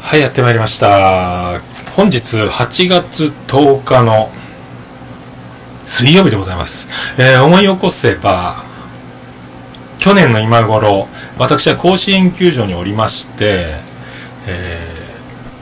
はい、やってまいりました。本日8月10日の水曜日でございます。えー思い起こせば、去年の今頃、私は甲子園球場におりまして、えー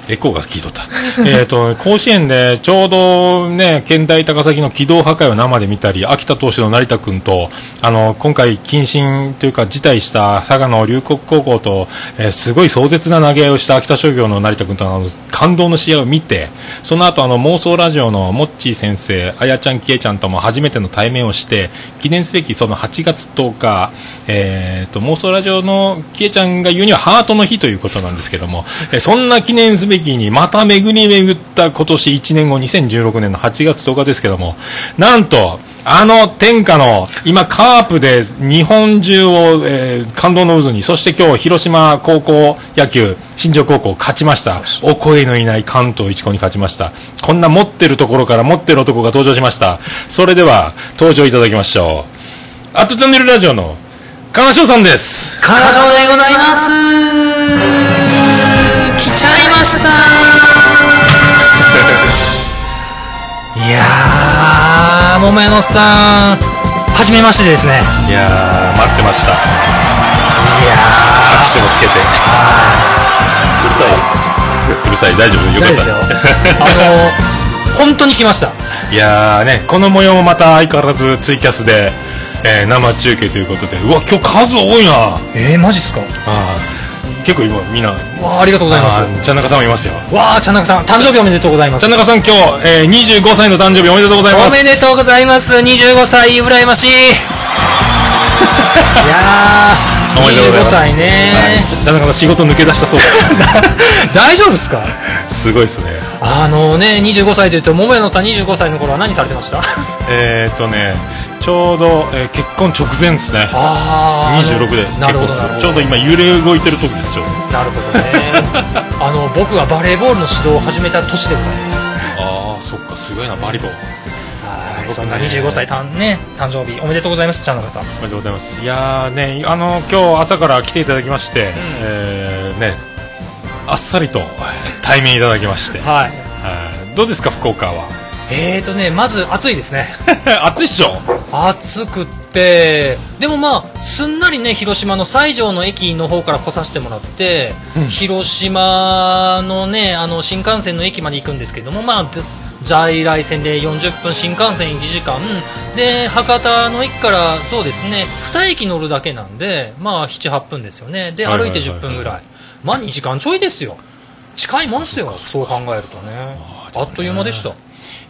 エコーが聞いとった。 えっと、甲子園でちょうどね、県大高崎の機動破壊を生で見たり、秋田投手の成田君と、あの、今回、謹慎というか辞退した佐賀の龍谷高校と、えーすごい壮絶な投げ合いをした秋田商業の成田君とのあの感動の試合を見て、その後あの妄想ラジオのモッチー先生、あやちゃん、きえちゃんとも初めての対面をして、記念すべきその8月10日、えー、と妄想ラジオのきえちゃんが言うにはハートの日ということなんですけども、えーそんな記念すべきにまた巡り巡った今年1年後、2016年の8月10日ですけども、なんと、あの天下の、今カープで日本中を、えー感動の渦に、そして今日広島高校野球、新庄高校勝ちました。お声のいない関東一高に勝ちました。こんな持ってるところから持ってる男が登場しました。それでは、登場いただきましょう。アットチャンネルラジオの、金翔さんです。彼女でございます来ちゃいましたいやー桃屋のおっさんはじめましてですねいやー、待ってました。いや拍手もつけて。うるさい。うるさい、大丈夫ーよかないっですた。よあの本当に来ましたいやーね、この模様もまた相変わらずツイキャスで、えー生中継ということで、うわ、今日数多いなえー、マジっすかあー結構今みんな、わあありがとうございますあーちゃんなかさんもいますよ。わあちゃんなかさん誕生日おめでとうございまちすゃんなかさん今日、えー、25歳の誕生日おめでとうございまおす。めでとうございます25歳羨ましいいやーおめでとうございます25歳ねはいちゃんなかさん仕事抜け出したそうで 大丈夫っすかす。すごいですね。あのね25歳というと桃屋のさん25歳の頃は何されてましたえー、っとね、ちょうど、えー結婚直前ですね。あー26で結なる婚ほどすなるほる。どちょうど今揺れ動いてる時ですよ。なるほどね あの僕がバレーボールの指導を始めた年でございますああ、そっか、すごいな、バリボン。はい僕ねそんな25歳たんね誕生日おめでとうございますちゃんなかさんおめでとうございます。いやーね、あの今日朝から来ていただきまして、えーね、あっさりと 対面いただきま して、はいはいどうですか福岡は？ えーとねまず暑いですね暑いっしょ。暑くってでもまあすんなりね広島の西条の駅の方から来させてもらって、うん広島のねあの新幹線の駅まで行くんですけどもまあず在来線で40分新幹線1時間で博多の駅からそうですね2駅乗るだけなんでまあ78分ですよねではいはい歩はいはいいて10分ぐらいまあ2時間ちょいですよ近いもんですよそう考えるとねあーであもねっという間でした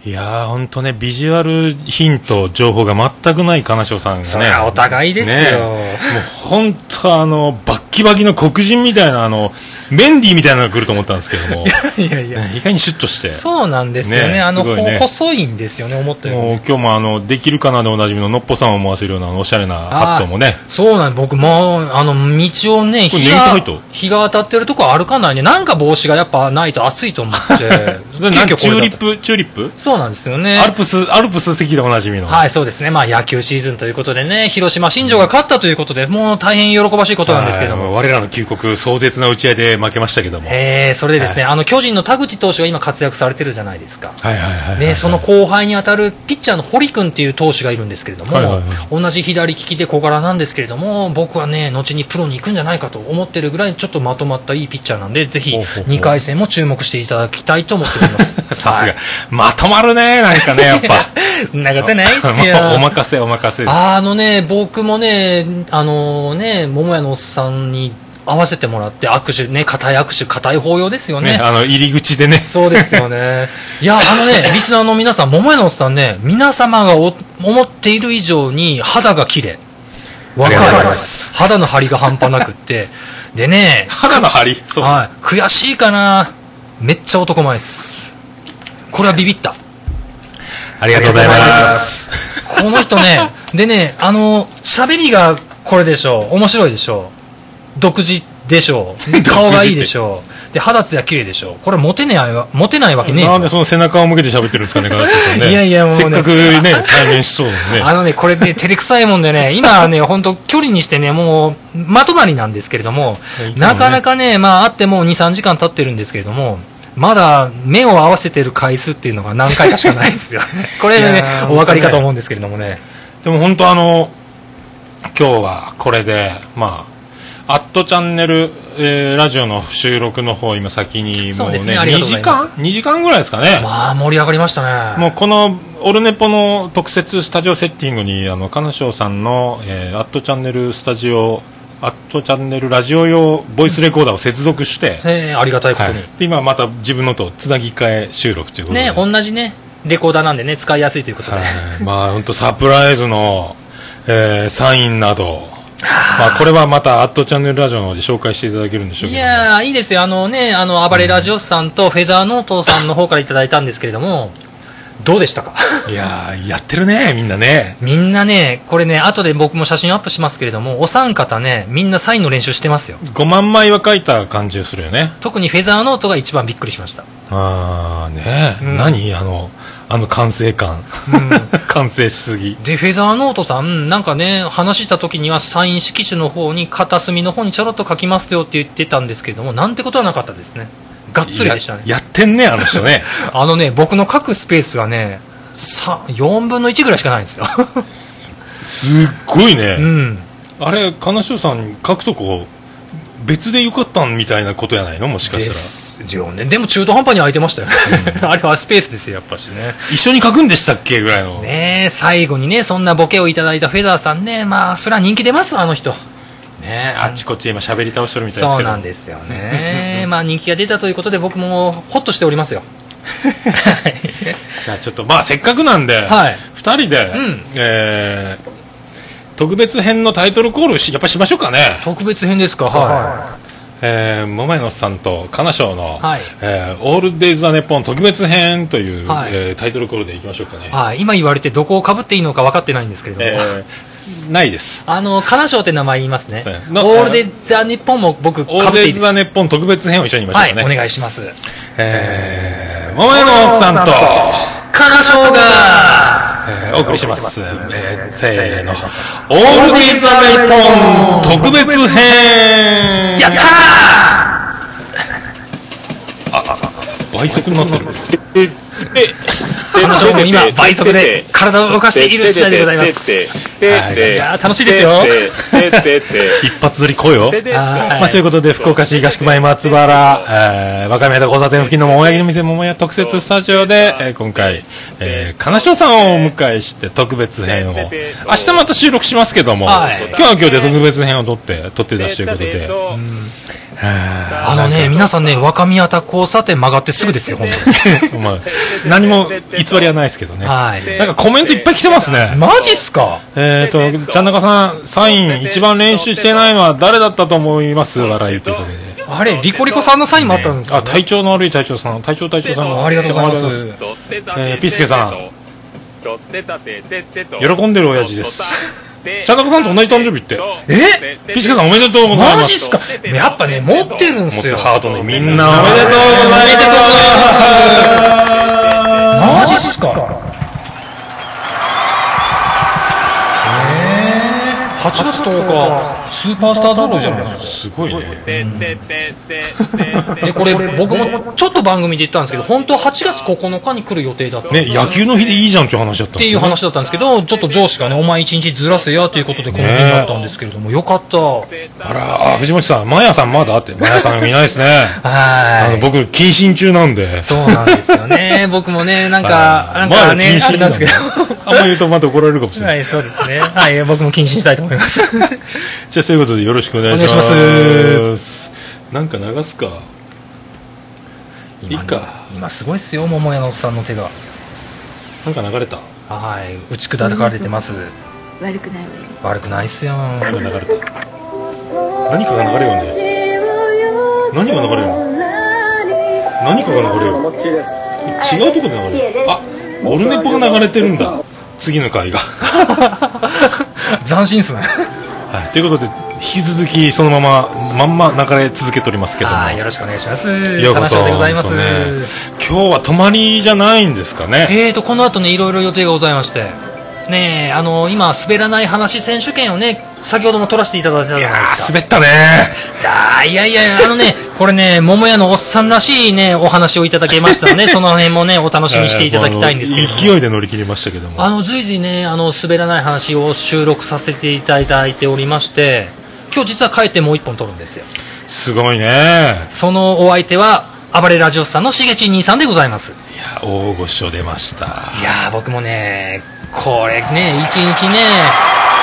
いやー本当ねビジュアルヒント情報が全くない金城さんがね。そりゃお互いですよねもう本当あのバッキバキの黒人みたいなあのメンディーみたいなのが来ると思ったんですけども、ね いやいや意外にシュッとして。そうなんですよね。ねあの、すごいねほ細いんですよね、思ったよりもうね。今日もあのできるかなでおなじみののっぽさんを思わせるようなあのおしゃれなハットもねそうなん僕もう、あの、道をね、これ日ネギ入がっと、日が当たってるとこ歩かないね。なんか帽子がやっぱないと暑いと思って。 それなんか急遽チこューれリだッとプチューリップそうなんですよねア。ルプス、アルプス席でおなじみの。はい、そうですね。まあ野球シーズンということでね、広島新庄が勝ったということで、もう大変喜ばしいことなんですけどはも。い我らの旧国、壮絶な打ち合いで負けましたけども。はいえー、それでですね、あの、巨人の田口投手が今活躍されてるじゃないですか。はいはいはい。 で、その後輩に当たるピッチャーの堀君っていう投手がいるんですけれども、はいはい同じ左利きで小柄なんですけれども、僕はね、後にプロに行くんじゃないかと思ってるぐらい、ちょっとまとまったいいピッチャーなんで、ぜひほうほうほう。2回戦も注目していただきたいと思っております さすはが。まとまるね、なんかね、やっ ぱ。い。そんなことないっすよ。お任せ、お任せです。あのね、僕もね、あのね、桃屋のおっさんに合わせてもらって、握手、ね、固い握手、固い抱擁ですよね、あの、入り口でね。そうですよね。いや、あ のね、リスナーの皆さん、桃屋のおっさんね、皆様がお思っている以上に肌が綺麗。わありかりがとうございまますす。肌の張りが半端なくって。でね、肌の張り。そう。はい、悔しいかな。めっちゃ男前です。これはビビった。ありがとうございます。この 人ね、でね、あの、喋りが これでしょう。面白いでしょう。独自でしょう。顔がいいでしょう。で肌ツヤ綺麗でしょこれモテないわモテないわけねえぞなんでその背中を向けて喋ってるんですかね、ガラスさんね。いやいやもうねせっかくね、対面しそうだあね。のね、これね、照れくさいもんで ね、今はね、本当距離にしてね、もう、まとなりなんですけれども、いつもねなかなかね、まあ、会ってもう2、3時間経ってるんですけれども、まだ目を合わせてる回数っていうのが何回かしか ないですよね。これいねやー、お分かりかと思うんですけれどもね。でも本当あの、今日はこれで、まあ、アットチャンネル、えーラジオの収録の方、今先にそもううね、ですねありが2とうござ時います間 ?2 時間ぐらいですかね。まあ、盛り上がりましたね。もうこのオルネポの特設スタジオセッティングに、あの、金賞さんの、えーアットチャンネルスタジオ、アットチャンネルラジオ用ボイスレコーダーを接続して、ねありがたいことはに。い、で今また自分のとつなぎ替え収録ということで。ね、同じね、レコーダーなんでね、使いやすいということで。はい、まあ本当サプライズの、えーサインなど、まあ、これはまた「アットチャンネルラジオ」の方で紹介していただけるんでしょういけどもやー、いいですよ。あのね、あの、暴れラジオスさんとフェザーノートさんの方からいただいたんですけれども、どうでしたかいやーやってるねみんなねみんなね、これね、後で僕も写真アップしますけれども、お三方ね、みんなサインの練習してますよ。 5万枚は書いた感じがするよね特にフェザーノートが一番びっくりしました。ああねえ、うん何あのあの完成感 完成しすぎで、フェザーノートさん、なんかね、話した時にはサイン色紙の方に、片隅の方にちょろっと書きますよって言ってたんですけれども、なんてことはなかったですね。がっつりでしたね。ややってんねあの人 ねあのね、僕の書くスペースがね、さ4分の1ぐらいしかないんですよ。すっごいね、うん。あれ金城さん書くとこ別でよかったんみたいなことやないのもしかでしたらすよね。でも中途半端に空いてましたよね。 あれはスペースですよ、やっぱしね。一緒に書くんでしたっけぐらいの、ねえ最後にねそんなボケをいただいたフェザーさんねまあそれは人気出ますわあの人ねあっちこっち今喋り倒してるみたいですけどそうなんですよね まあ人気が出たということで僕もホッとしてお りますよじゃあちょっとまあせっかくなんで、はい二2人で、んえー特別編のタイトルコールしやっぱしましょうかね、特別編ですかはえー、桃井のさんと金賞の、はいえーオールデイズ・ザ・ネッポン」特別編という、はいえータイトルコールでいきましょうかねい、、はい、今言われてどこをかぶっていいのか分かってないんですけれども、えーないですあの金賞って名前言いますねそうやオなールデザ日本も僕オーかルぶデっていイいでズ・すかザ・ネッポン特別編を一緒に言いまはしいょうかね、お願いしますえー、桃井のさんと、金賞がえーお送りします、えーせーの「オールデイズ・ザ・ネッポン」特別編やったー倍速になってる金賞も今倍速で体を動かしている次第でございますいやー楽しいですよ一発釣り来いよはいまあ、そういうことで、福岡市東区前松原、えー、若宮と交差点付近の桃焼きの店桃屋特設スタジオで、えー今回、えー、金城さんをお迎えして特別編を、明日また収録しますけども、はい今日は今日で特別編を撮って、撮って出しということで、あのね、皆さんね、若宮田交差点曲がってすぐですよ、本当に。 まあ、何も偽りはないですけどね。はい。なんかコメントいっぱい来てますね。 マジっすかえっ、ー、と、ちゃんなかさん、サイン一番練習してないのは誰だったと思います笑いということで。あれ、リコリコさんのサインもあったんですよ、あ、体調の悪い隊長さん、隊長隊長さんありがとうございます。えー、ピースケさん喜んでる親父ですちゃんなこさんと同じ誕生日ってえピピースシケさケさんんおめでとうございます。マジっすかやっぱね、持ってるんもっすとよ。ハートね、みんなおめでとうございます。マジっすかえー8月10日、スーパースタードローじゃないですか。すごいね。で、これ、僕もちょっと番組で言ったんですけど、本当は8月9日に来る予定だった。ね、野球の日でいいじゃんっていう話だった。っていう。話だったんですけど、ちょっと上司がね、お前一日ずらせやということでこの日になったんですけれども、よかった。あら、あ、藤本さん、マヤさんまだって、マヤさんいない ですね。あの、はい。僕、謹慎中なんで。そうなんです よね。僕もね、なんか、はいなんかマヤ、ね謹あれ慎なんなでんですけど。あんま言うとまた怒られるかもしれな。はいい、そうですね。はい、僕も謹慎したいと思います。じゃあ、そういうことでよろしくお願いします。お願なんか流すか。いいか。今すごいっすよ、桃屋のおっさんの手が。なんか流れた。はい、打ち砕かれてます。悪くないわよ悪くないっすよ。なんか流れた。何かが流れるよね。何が流れるの何かが流れるもっちーです。違うとこで流れるあオルネポ が流れてるんだ次の回が斬新っすね。はいということで引き続きそのまままんま流れ続けておりますけどもあーよろしくお願いします。ようこ楽しそかったでございます。本当ね今日は泊まりじゃないんですかねえーと、この後ね、いろいろ予定がございまして。ねえ、あの今、滑らない話選手権をね、先ほども取らせていただいたいじゃやないでーすか。滑ったねあーいやいや、あのね、 これね、桃屋のおっさんらしいね、お話をいただけましたの で、その辺もね、お楽しみにしていただきたいんですけれども。勢いで乗り切りましたけどもあの随時ね、あの滑らない話を収録させていただいておりまして、今日実は帰ってもう一本撮るんですよ。すごいねいやそのお相手は、暴れラジオスさんのしげち兄さんでございます。大御所出ましたいやー、僕もね、これね、一日ね、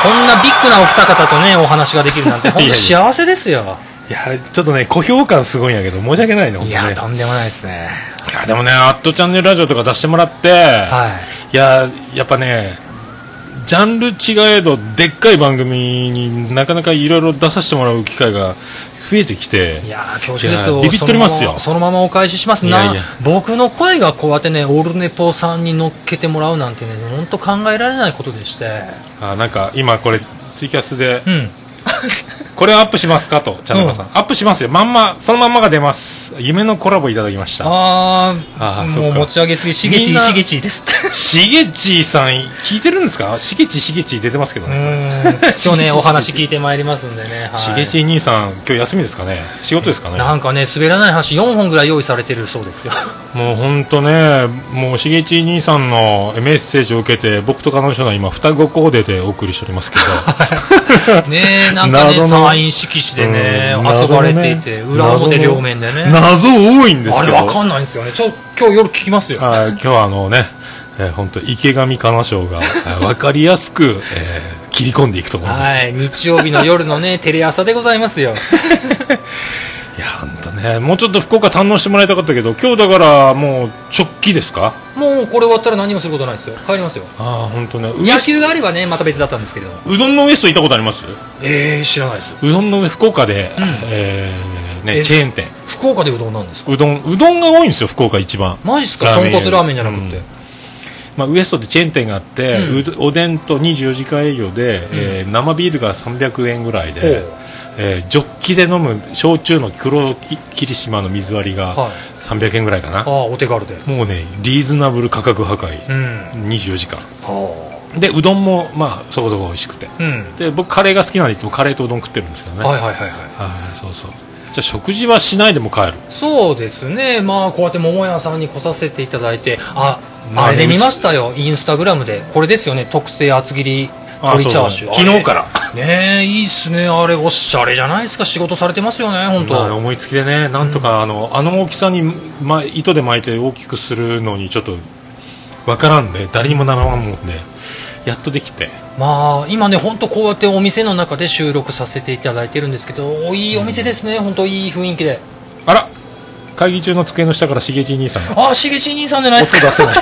こんなビッグなお二方とね、お話ができるなんて、本当幸せですよ。いやちょっとね小評価すごいんやけど申し訳ないねほんいとねやー、とんでもないですね。いやでもね「アットチャンネルラジオ」とか出してもらって、はい。いややっぱねジャンル違えどでっかい番組になかなかいろいろ出させてもらう機会が増えてきていやー、恐縮ですよ。いやービビっておりますよそのままそのままお返ししますいやないや。僕の声がこうやってね、オールネポさんに乗っけてもらうなんてね、本当考えられないことでして。あなんか今これツイキャスでうん。これアップしますかとチャンネルさん、アップしますよまんまそのまんまが出ます夢のコラボいただきましたああーー、そもっうか持ち上げすぎ、しげみちんー、なしげちーですって。しげちーさん聞いてるんですかしげちーしげちー出てますけどうね、ん。 今日ね、お話聞いてまいりますんでね。はいしげちー兄さん今日休みですかね仕事ですかねなんかね、滑らない話4本ぐらい用意されてるそうですよ。もう本当ね、もうしげち兄さんのメッセージを受けて、僕と彼女が今、双子コーデでお送りしておりますけど、 ねえ、なんかね、謎のサイン色 紙でね、うん遊謎ばのれねていて、裏表両面でね。謎多いんですあけれど、わかんないんですよね。ちょ、今日夜聞きますよ。はい今日はあのね、えー本当、池上かなしょうが分かりやすく、えー切り込んでいくと思います。い、はい、日曜日の夜の ね、テレ朝でございますよ。や、本当ね、もうちょっと福岡堪能してもらいたかったけど、今日だからもう直帰ですかもうこれ終わったら何もすることないですよ。帰りますよ。ああ、本当ね、ウエ野球があればね、また別だったんですけど。うどんのウエスト行ったことありますえー、知らないですよ。うどんの上福岡で、んえーね、えチェーン店。福岡でうどんなんですかうどん、うどんが多いんですよ、福岡一番。マジっすかラーメ豚ン骨ラーメンじゃなくって。うんまあ、ウエストってチェーン店があって、うんうどおでんと24時間営業で、えー生ビールが300円ぐらいでほう、えージョッキで飲む焼酎の黒き霧島の水割りがはい300円ぐらいかな、ああー、お手軽で。もうねリーズナブル価格破壊、うん。 24時間はでうどんも、まあ、そこそこ美味しくてあ。うん。で僕カレーが好きなんでいつもカレーとうどん食ってるんですけどね、はいはいはいはい。はいそうそうじゃあ食事はしないでも帰るそうですね、まあ、こうやって桃屋さんに来させていただいて、あ、まああれで見ましたよ、インスタグラムで、これですよね、特製厚切り鶏チャーシュー。あそうあれ昨日から。ねえ、いいっすね、あれ、おしゃれじゃないですか、仕事されてますよね、本まあ当。思いつきでねなんとかあの,、あの大きさに、ま、糸で巻いて大きくするのにちょっとわからんで誰にもならんもんでやっとできてまあ、今ね、本当こうやってお店の中で収録させていただいてるんですけど、いいお店ですね、本当いい雰囲気で。あら会議中の机の下からしげち兄さんがあ、しげち兄さんじゃないです音出 か。せない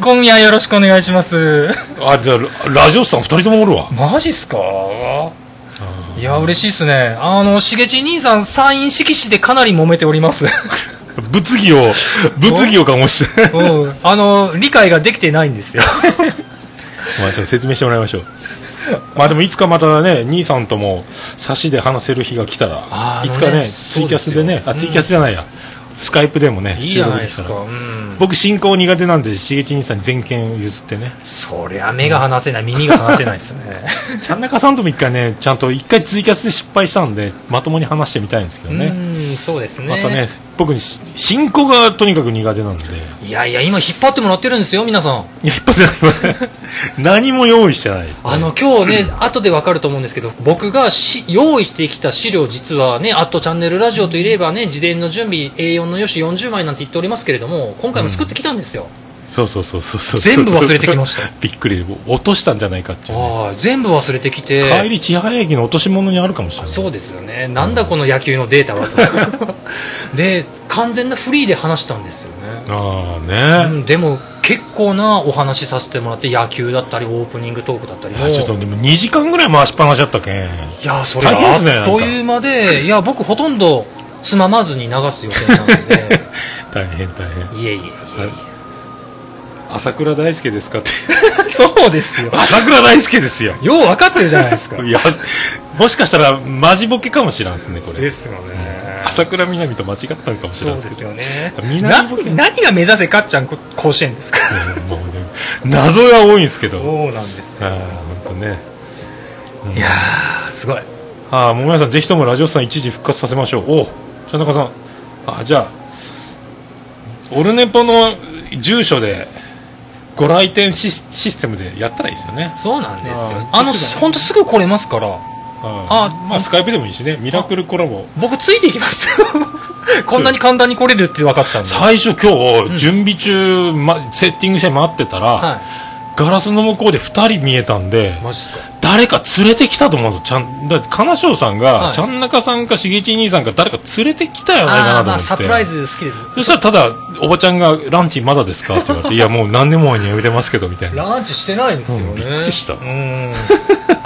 今夜よろしくお願いします。あじゃあララジオスさん2人ともおるわ マジっすかいや、嬉しいっすね。あの、しげち兄さん、サイン色紙でかなり揉めております。物議を物議を醸してうん。 あの、理解ができてないんですよ。 まあちょっと説明してもらいましょうまあでもいつかまたね兄さんとも差しで話せる日が来たら、あーいつかあのねねツイキャスでねそうですよあツイキャスじゃないや、スカイプでもねいいじゃないで収す録きたらか。うん。僕進行苦手なんでしげち兄さんに全権譲ってねそりゃ目が離せない、耳が離せないですね。ちゃん中さんとも一回ねちゃんと一回ツイキャスで失敗したんでまともに話してみたいんですけどね、うん、そうですね。またね。僕にし進行がとにかく苦手なんでいやいや、今引っ張ってもらってるんですよ、皆さん。いや一発で何も用意してないあの、今日ね、後でわかると思うんですけど、僕がし用意してきた資料、実はね、アットチャンネルラジオといえばね、事前の準備、A4 のよし40枚なんて言っておりますけれども、今回も作ってきたんですよ。そうそうそうそうそう全部忘れてきました びっくり落としたんじゃないかっていうね、ああ全部忘れてきて帰り千早駅の落とし物にあるかもしれないそうですよねなんだこの野球のデータ はとで完全なフリーで話したんですよね、ああね、うん、でも結構なお話しさせてもらって野球だったりオープニングトークだったりいやちょっとでも2時間ぐらい回しっぱなしだったけんいやそれ大変ですねあっという間でいや僕ほとんどつままずに流す予定なので 大変大変いえいえいえいえ朝倉大輔ですかって そうですよ。朝倉大輔ですよ。 よう分かってるじゃないです か。いや、もしかしたら、マジボケかもしれんですね、これ。すよね朝倉みなみと間違ったのかもしそれうんですすけど。よね。な南ボケ何が目指せかっちゃんこ甲子園ですか。うんもうね謎が多いんですけど。そうなんですああよ。ー、ほんとね。いやー、すごい。ああ、桃屋さん、ぜひともラジオさん一時復活させましょう。おう、田中さん。あじゃあ、オルネポの住所で、ご来店シスシステムでやったらいいですよね。そうなんですよ。あーあの、すぐだねほんとすぐ来れますから、ああまあ、スカイプでもいいしね、ミラクルコラボ。僕ついていきましたよ。 こんなに簡単に来れるって分かったんで。最初今日、準備中、ま、セッティングして待ってたら、はガラスの向こうで2人見えたんでい。、マジですか。誰か連れてきたと思うんですよ。ちゃん、だ金賞さんが、はいちゃんなかさんかしげち兄さんか誰か連れてきたよねかなあとあー、思って。まあサプライズ好きです。そしたらただ、おばちゃんがランチまだですかって言われ て、いやもう何年も前にやめてますけど、みたいな。ランチしてないんですよね、うんびっくりしたうん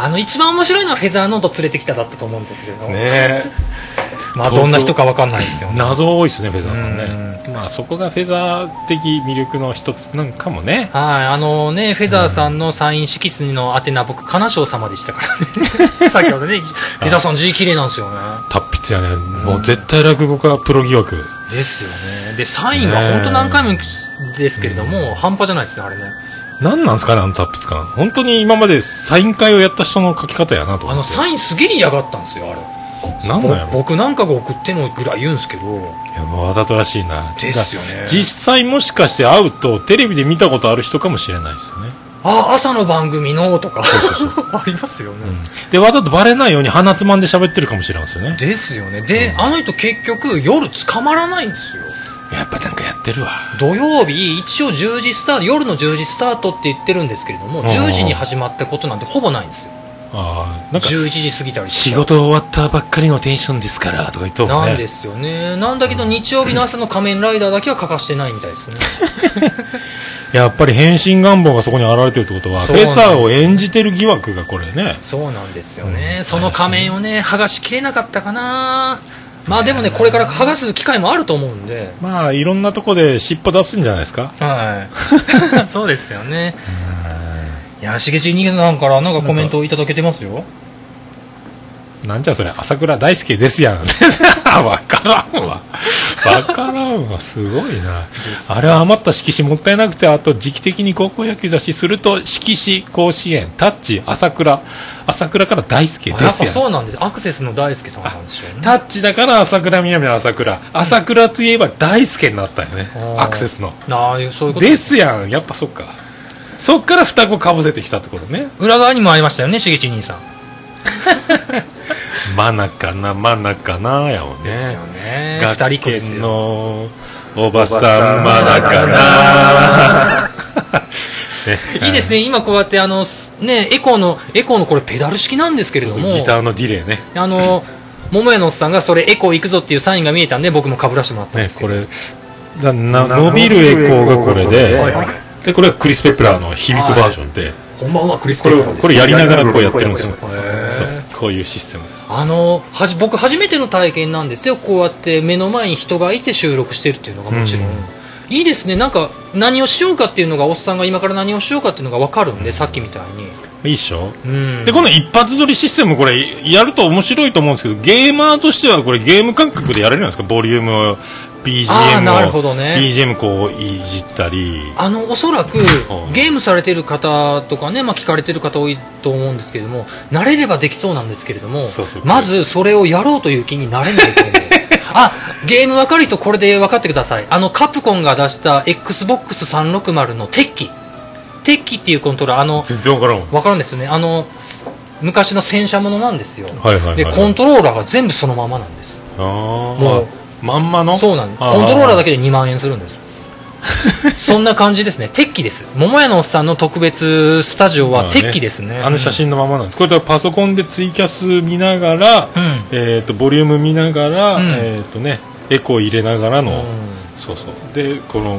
あの一番面白いのはフェザーノート連れてきただったと思うんですよ、ねまあどんな人か分かんないですよね謎多いですね、フェザーさんね。うんまあそこがフェザー的魅力の一つなんかもね。はいあのねフェザーさんのサイン色紙の宛名僕金賞様でしたから ね先ほどねフェザーさん字綺麗なんですよね達筆やね。もう絶対落語家プロ疑惑。ですよねでサインが本当何回もですけれども、半端じゃないですねあれね何なんですかね、あの達筆感。本当に今までサイン会をやった人の書き方やなと思って。あのサインすげえ嫌がったんですよあれなんなんやろぼ僕なんかが送ってのぐらい言うんですけどいや、もうわざとらしいな。ですよね実際もしかして会うと、テレビで見たことある人かもしれないですね。あ朝の番組のとか ありますよね、で、わざとバレないように鼻つまんで喋ってるかもしれないですよね。ですよねで、あの人結局夜捕まらないんですよやっぱなんかやってるわ。土曜日一応10時スタート夜の10時スタートって言ってるんですけれどもん10時に始まったことなんてほぼないんですよああ、なんか、 11時過ぎたりして仕事終わったばっかりのテンションですから、とか言ってもなんでね。すよねなんだけど日曜日の朝の仮面ライダーだけは欠かしてないみたいですねやっぱり変身願望がそこに現れてるってことは、フそうなェんですザーを演じてる疑惑がこれね。そうなんですよね、うんその仮面をね剥がしきれなかったかなまあでもねこれから剥がす機会もあると思うんでまあ、いろんなとこで尻尾出すんじゃないですか。はい そうですよねいやしげちにげさんからなんかコメントをいただけてますよなんじゃそれ、朝倉大輔ですやん。 わからんわ。わからんわ、すごいな。あれは余った色紙もったいなくて、あと時期的に高校野球雑誌すると、色紙、甲子園、タッチ、朝倉、朝倉から大輔でやっぱすやん。そうなんですアクセスの大輔さんなんでしょうねタッチだから朝倉南の朝倉。朝倉といえば大輔になったよねう。んアクセスの。なあそういうことですやん、やっぱそっか。そっから双子かぶせてきたってことね。裏側にもありましたよねしげち兄さんマナかな、マナかな、やもんね。ね学二人っ子です研よのおばさんまだかなねいいですね今こうやってあのすねエコーのエコーのこれペダル式なんですけれどもギターのディレイねあの桃屋のおっさんがそれエコー行くぞっていうサインが見えたんで僕もかぶらせてもらったんねですけこど、れなな伸びるエコーがこれで、はいはいでこれがクリス・ペプラーの響くバージョンで、こんばんはクリス・こペれプラーですこれやりながらこうやってるんですよへーそうこういうシステムあのはじ僕初めての体験なんですよこうやって目の前に人がいて収録してるっていうのがもちろん、うんいいですねなんか何をしようかっていうのがおっさんが今から何をしようかっていうのが分かるんで、さっきみたいに、いいっしょ、うん、でこの一発撮りシステムこれやると面白いと思うんですけどゲーマーとしてはこれゲーム感覚でやれるんですかボリュームを BGM あーをなるほどね BGM こういじったりあのおそらくうんゲームされてる方とかね、まあ、聞かれてる方多いと思うんですけれども慣れればできそうなんですけれどもそうそうまずそれをやろうという気になれな いと思うあゲーム分かる人これで分かってくださいあのカプコンが出した XBOX360 の鉄器鉄器っていうコントローラーあの全然わからんわ分かるんですよねあのす昔の戦車ものなんですよ、はいはいはいでコントローラーが全部そのままなんですああもうまんまのそうなんですあコントローラーだけで2万円するんです そんな感じですね鉄器です桃屋のおっさんの特別スタジオは鉄器ですね,、あの写真のままなんです、これだからパソコンでツイキャス見ながら、えっ、とボリューム見ながら、うんえっ、とねエコー入れながらの、うそうそうでこの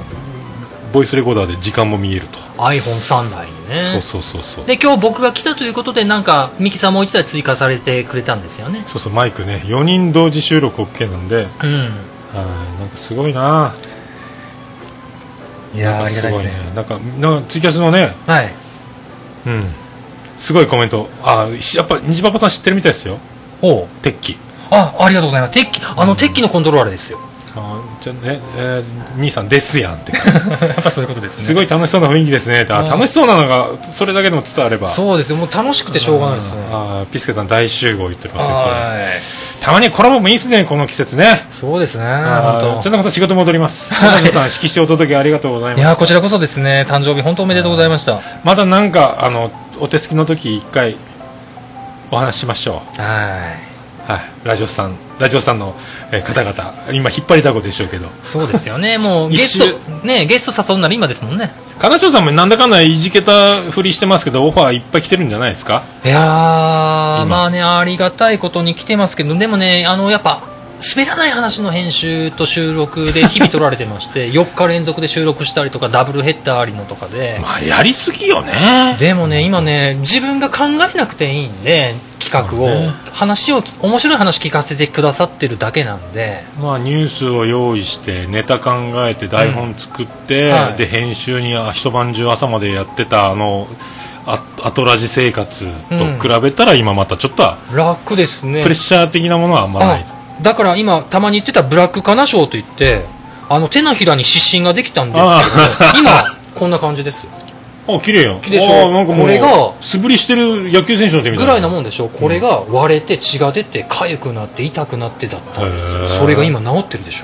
ボイスレコーダーで時間も見えると、ん、iPhone3 台にねそうそうそうそうで今日僕が来たということでなんかミキさんもう1台追加されてくれたんですよねそうそうマイクね4人同時収録 OK なんでうんはいなんかすごいなぁいやーなんあかりがたいですねなんかなんかツイキャスのねはいうんすごいコメントあしやっぱ虹パパさん知ってるみたいですよほう鉄器あありがとうございます鉄器あの鉄器のコントローラーですよあじゃええー兄さんですやんって やっぱそういうこと ですねすごい楽しそうな雰囲気ですねってあうん楽しそうなのがそれだけでも伝わればそうですねもう楽しくてしょうがないですねあーピスケさん大集合言ってますよこれはいたまにコラボもいいっすねこの季節ねそうですねあー本ちょっとまた仕事戻り ます田中さん指揮してお届けありがとうござい当いまやすこちらこそですね誕生日本当おめでとうございましたまたなんかあのお手すきの時一回お話ししましょはうはいラジオさんラジオさんの、えー方々今引っ張りだこでしょうけどいそうですよ ねもうゲ一ス周トねゲスト誘うなら今ですもんね金城さんもなんだかんだいじけたふりしてますけどオファーいっぱい来てるんじゃないですかいやー今まあねありがたいことに来てますけどでもねあのやっぱ滑らない話の編集と収録で日々撮られてまし て4日連続で収録したりとかダブルヘッダーありのとかでまあやりすぎよねでもね今ね自分が考えなくていいんで企画を、そうね話を面白い話聞かせてくださってるだけなんでまあニュースを用意してネタ考えて台本作って、うんはいで編集にあ一晩中朝までやってたあのあ後ラジ生活と比べたら今またちょっとは楽ですねプレッシャー的なものはあんまない、あだから今たまに言ってたブラックカナ賞といってあの手のひらに湿疹ができたんですあけど今こんな感 じですよあ綺麗よ綺麗でしあょあなんかもうこれが素振りしてる野球選手の手みたぐいらいなもんででしょうこれが割れて血が出て痒くなって痛くなってだったんですへよーそれが今治ってるでしょ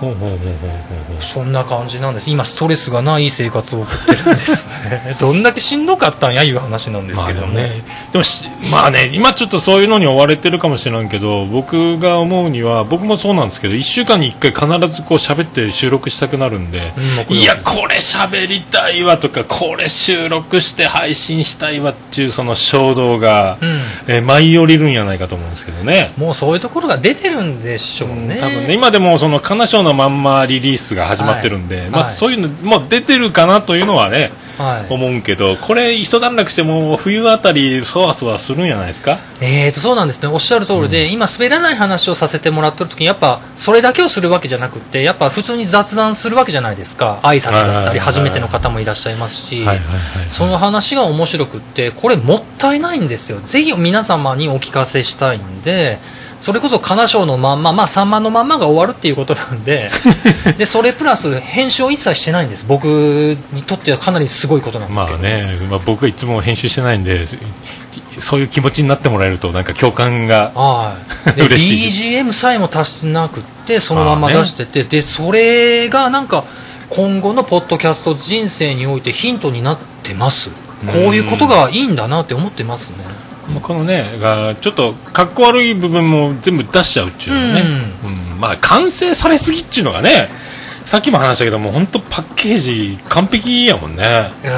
ほうほうほうほうほうほううそんな感じなんです今ストレスがない生活を送ってるんです ねどんだけしんどかったんやいう話なんですまあけでどもね,、ねでもしまあね今ちょっとそういうのに追われてるかもしれんけど僕が思うには僕もそうなんですけど1週間に1回必ずこう喋って収録したくなるんで、うんいやこれ喋りたいわとかこれ収録して配信したいわっていうその衝動が、うんえー舞い降りるんやないかと思うんですけどねもうそういうところが出てるんでしょうね、多分ね今でもその「かなしょう」のまんまリリースが始まってるんで、いまあ、はいそういうのもう出てるかなというのはねはい、思うけどこれ一段落してもう冬あたりそわそわするんやないですかえーとそうなんですねおっしゃる通りで、今滑らない話をさせてもらってる時にやっぱそれだけをするわけじゃなくてやっぱ普通に雑談するわけじゃないですか挨拶だはいっはたいりはい初めての方もいらっしゃいますし、はいはいはいその話が面白くってこれもったいないんですよぜひ皆様にお聞かせしたいんでそれこそ金賞のまんままあさんまのまんまが終わるっていうことな んででそれプラス編集を一切してないんです僕にとってはかなりすごいことなんでますけど、あね、まあ、僕はいつも編集してないんでそういう気持ちになってもらえるとなんか共感が はい。で嬉 BGM さえも足してなくってそのまままあね出してて、でそれがなんか今後のポッドキャスト人生においてヒントになってますこういうことがいいんだなって思ってますねまあこのねがちょっとかっこ悪い部分も全部出しちゃうっちゅうのね、うんまあ完成されすぎっちゅうのがねさっきも話したけども本当パッケージ完璧やもんねうわ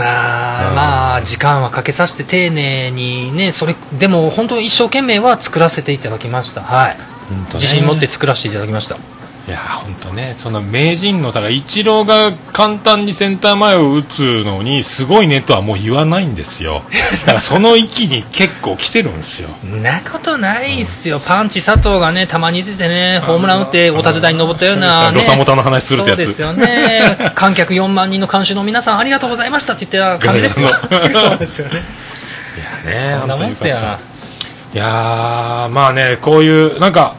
ーまあ時間はかけさせて丁寧にねそれでも本当一生懸命は作らせていただきましたはいほんとね自信持って作らせていただきましたいや本当ねその名人のだからイチローが簡単にセンター前を打つのにすごいねとはもう言わないんです よだからその域に結構来てるんですよなことないっすよ、パンチ佐藤がね、たまに出てね、ホームラン打って、お立ち台に登ったような、ね、ロサモタの話するってやつそうですよ ね、観客4万人の観衆の皆さん、ありがとうございましたって言ってた感 じですよ、ガイドのそうですよね、ね そんなもんっすよ、いやーまあねこういうなんか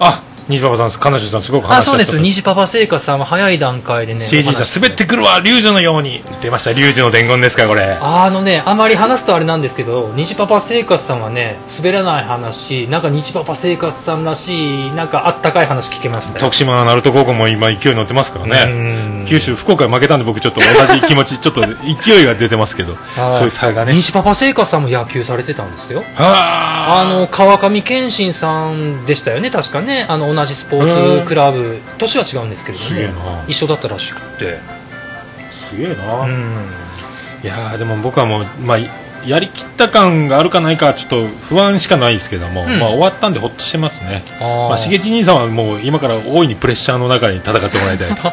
あ西馬場さん彼女さんすごくあ話しそうです、西虹パパ聖火さんは早い段階でね、お CG 話さん滑ってくるわ龍女のように出ました龍女の伝言ですかこれあのね、あまり話すとあれなんですけど、虹パパ生活さんはね、滑らない話、なんか虹パパ生活さんらしい、なんかあったかい話聞けましたよ。徳島鳴門高校も今勢いに乗ってますからうねん九州福岡に負けたんで僕ちょっと同じ気持ちちょっと勢いが出てますけどはいそういう差がね虹パパ生活さんも野球されてたんですよ。ああの川上健信さんでしたよね、確かね、あの同じスポーツクラブ、年は違うんですけれどすげえねな、一緒だったらしくて、すげえな、ういん、やーでも僕はもう、まあ、やりきった感があるかないかはちょっと不安しかないですけども、んまあ、終わったんでほっとしてますねあまあ、しげち兄さんはもう今から大いにプレッシャーの中に戦ってもらいたい と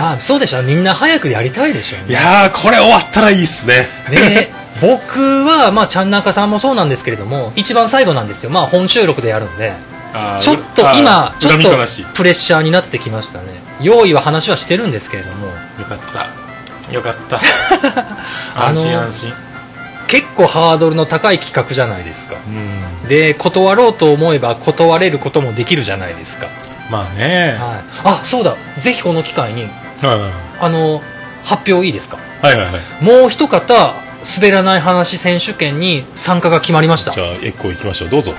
あそうでした、みんな早くやりたいでしょういね。やーこれ終わったらいいっすねで僕は、まあ、ちゃんなかさんもそうなんですけれども、一番最後なんですよ、まあ、本収録でやるんで、ちょっと今、ちょっとプレッシャーになってきましたね、用意は話はしてるんですけれども、 よかったよかったあの安心安心結構ハードルの高い企画じゃないですかうんで断ろうと思えば断れることもできるじゃないですか、はい、まあねあそうだぜひこの機会にはいはいあの発表いいですかはいはいはいもう一方滑らない話選手権に参加が決まりましたじゃあエッコー行きましょうどうぞ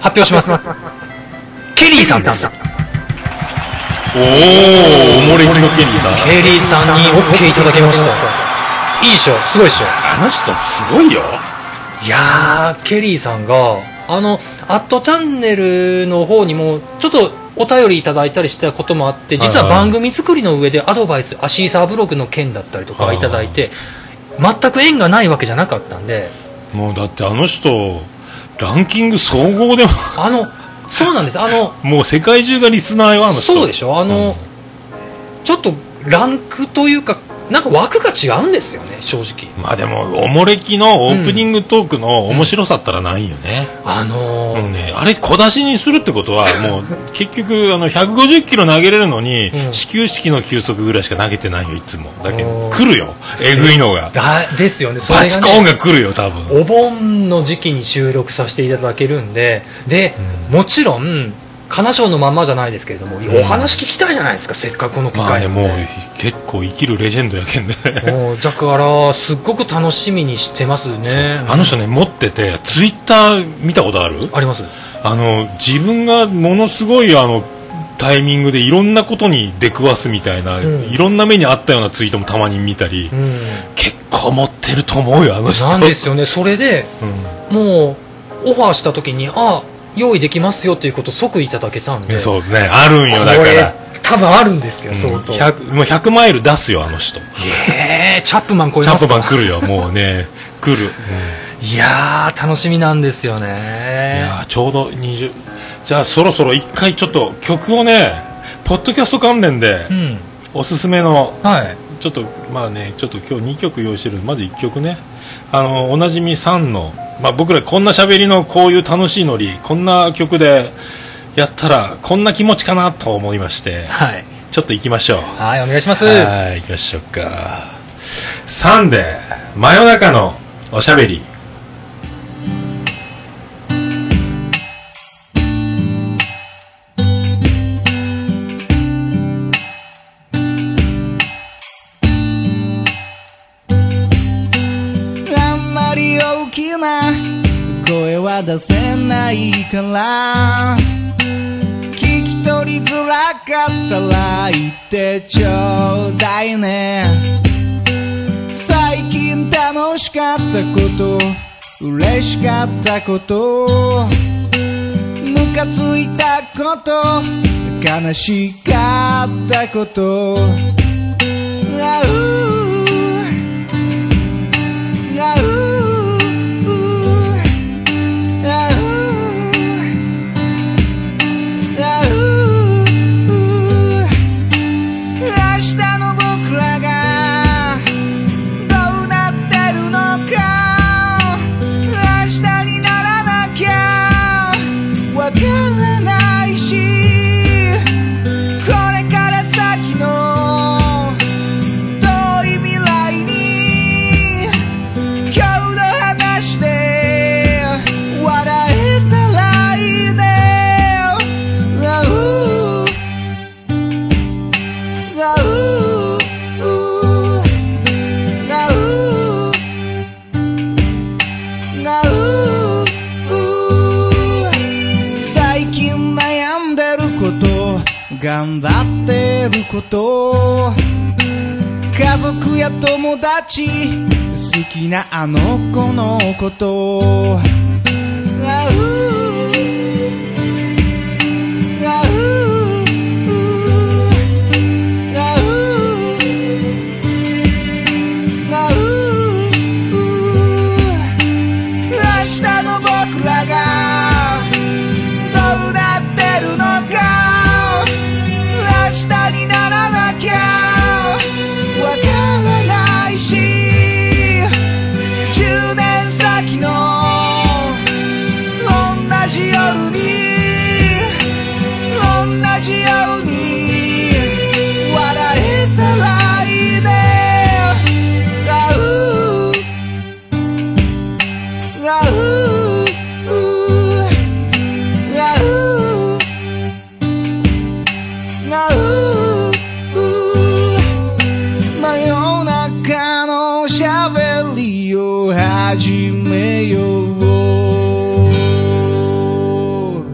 発表します ケリーさんですおおおもれきのケリーさんケリーさんに OK いただきましたいいでしょすごいでしょあの人すごいよいやーケリーさんがあの「アットチャンネル」の方にもちょっとお便りいただいたりしたこともあって実ははいはい番組作りの上でアドバイスアシーサーブログの件だったりとかいただいて全く縁がないわけじゃなかったんでもうだってあの人ランキング総合でも あのそうなんですあのもう世界中がリスナーよあの人そうでしょあの、うんちょっとランクというかなんか枠が違うんですよね正直まあでもおもれきのオープニングトークの面白さったらないよね、あのーもうね、あれ小出しにするってこと はもう結局あの150キロ投げれるのに、うん始球式の球速ぐらいしか投げてないよいつもだけどおー来るよえぐいのがだですよね それバがねチコーンが来るよ多分お盆の時期に収録させていただけるんでで、もちろん金賞のまんまじゃないですけれども、お話聞きたいじゃないですかせっかくこの機まあ会ねなんもでう結構生きるレジェンドやけんねもうだからすっごく楽しみにしてますねあの人ね持っててツイッター見たことあるありますあの自分がものすごいあのタイミングでいろんなことに出くわすみたいな、んいろんな目にあったようなツイートもたまに見たり、うん結構持ってると思うよあの人なんですよねそれでうんもうオファーした時にあ用意できますよっていうこと即いただけたんでね、そうねあるんよだこかれら多分あるんですよ、相当 100, もう100マイル出すよあの人チえー、チャップマン超えャまンプすかマン来る よもうね来る、いやー楽しみなんですよいねやーちょうど20じゃあそろそろ一回ちょっと曲をねポッドキャスト関連でうんおすすめのはいちょっとまあねちょっと今日2曲用意してるまず1曲ねあのおなじみ3の、まあ、僕らこんな喋りのこういう楽しいノリこんな曲でやったらこんな気持ちかなと思いましてはい。ちょっと行きましょうはい、お願いします。はい行きましょうか3で真夜中のおしゃべりあんまり大きな声は出せないから聞き取りづらかったら言ってちょうだいね最近楽しかったこと嬉しかったことムカついたこと悲しかったことあうーあうあうあう明日の僕らがどうなってるのか明日にならなきゃわからないしこれから先の遠い未来に今日の話で笑えたらいいねあうあうあうあう最近悩んでること頑張ってること家族や友達好きなあの子のことあうあうあうあう明日の僕らがどうなってるのか明日にならなきゃわからないし10年先の同なうう真夜中のしゃべりを始めよう滑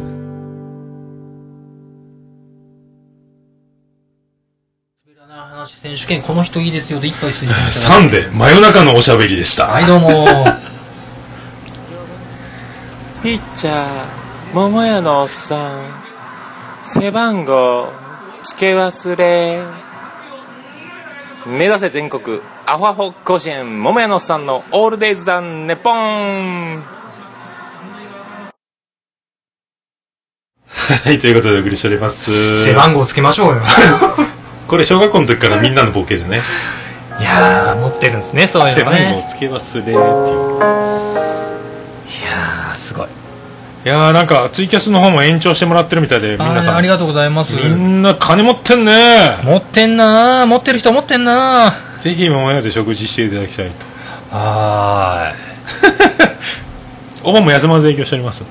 らない話選手権、この人いいですよで一杯水準いただいサンデー、真夜中のおしゃべりでした。たはい、どうも。 ピッチャー、桃屋のおっさん。背番号、付け忘れ。目指せ全国、アホアホ甲子園、桃屋のおっさんのオールデイズダン、ネポン。はい、ということでお送りしております。背番号つけましょうよ。これ小学校の時からみんなのボケでね。いやー、持ってるんですね、そういう背の番ね。号つけ忘れっていう。いやー、すごい。いやーなんかツイキャスの方も延長してもらってるみたいで、皆はいさありん。がとうございます。みんな金持ってんね持ってんなー、持ってる人持ってんなー。ぜひ桃屋で食事していただきたいと。はーい。お盆も休まず営業しておりますので。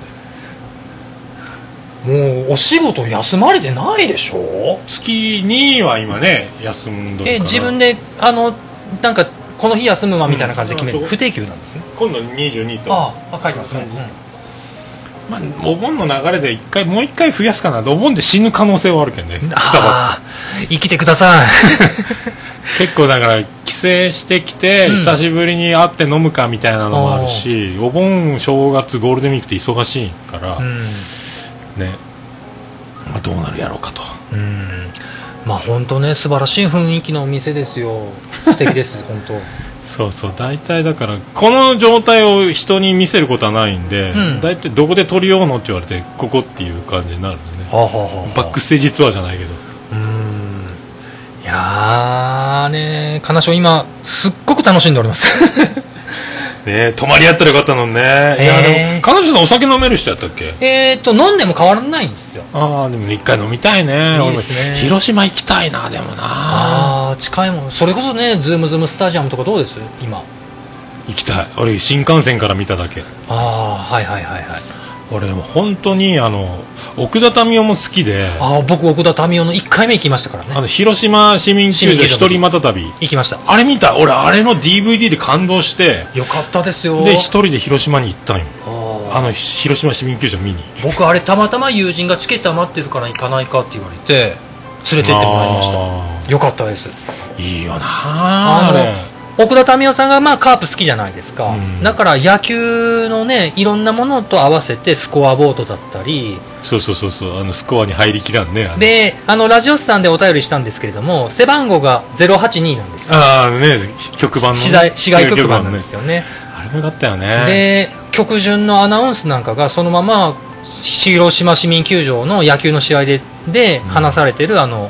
もうお仕事休まれてないでしょ月には今ね、休んどるえから自分であのなんかこの日休むわみたいな感じで決める、うん不定休なんですね今度22と。ああ書いてますね、まあ、お盆の流れで一回、もう一回増やすかなお盆で死ぬ可能性はあるけどね。来たばっああ生きてください結構だから帰省してきて、うん久しぶりに会って飲むかみたいなのもあるしお盆正月ゴールデンウィークって忙しいから、うん、ね、まあ、どうなるやろうかとうん、まあ本当ね素晴らしい雰囲気のお店ですよ 素敵です本当そうそう大体だからこの状態を人に見せることはないんで、うん大体どこで撮りようのって言われてここっていう感じになるんでねはあ、はあはあバックステージツアーじゃないけどうんいやーねー話を今すっごく楽しんでおります ね泊まり合ったらよかったのにね、いやでも彼女さんお酒飲める人やったっけえっと飲んでも変わらないんですよああでも一回飲みたいねいいですね俺広島行きたいなでもなああ近いもんそれこそねズームズームスタジアムとかどうです今行きたい俺新幹線から見ただけああはいはいはいはい俺もう本当にあの奥田民生も好きであああ僕奥田民生の1回目行きましたからねの広島市民球市民球場場一人また旅行きましたあれ見た俺あれの DVD で感動してよかったですよで一人で広島に行ったんよあああの広島市民球場見に僕あれたまたま友人がチケット余ってるから行かないかって言われて連れてってもらいましあたよかったですーいいよなああのれ奥田民生さんがまあカープ好きじゃないですか、うんだから野球のねいろんなものと合わせてスコアボードだったりそうそうそうそうあのスコアに入りきらんねあのであのラジオスさんでお便りしたんですけれども背番号が082なんですああね曲盤のね市街市街局番なんですよねあれもよかったよねで曲順のアナウンスなんかがそのまま広島市民球場の野球の試合でで話されてるあの、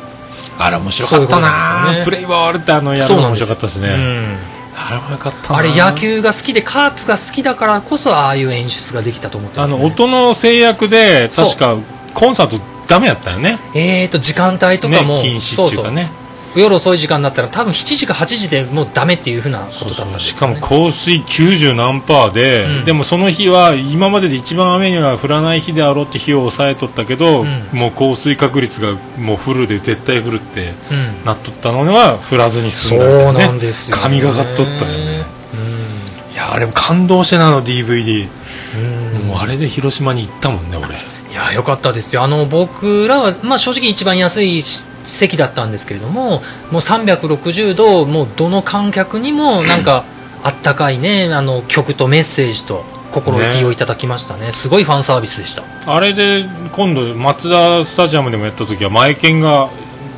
あれ面白かっそたういうことなんなですよねプレイボールってあのやるそうのなん面です白かったしうねんあれもよかったなあれ野球が好きでカープが好きだからこそああいう演出ができたと思ってあます、ね、の音の制約でそう確かコンサートダメやったよねえーと時間帯とかも、ね禁止っていうかねそうそう夜遅い時間になったら多分7時か8時でもうダメっていうふうなことだったんですよね、しかも降水90何パーで、うんでもその日は今までで一番雨が降らない日であろうって日を抑えとったけど、うんもう降水確率がもうフルで絶対降るってうんなっとったのは降らずに済そんだみたいなうねなんですよ、ね、神がかっとったよねういやあれも感動してなあの DVD、ん、うん、もうあれで広島に行ったもんね俺いや良かったですよあの僕らは、まあ、正直一番安いし席だったんですけれどももう360度もうどの観客にもなんかあったかいねあの曲とメッセージと心意気をいただきましたねすごいファンサービスでしたあれで今度マツダスタジアムでもやった時は前剣が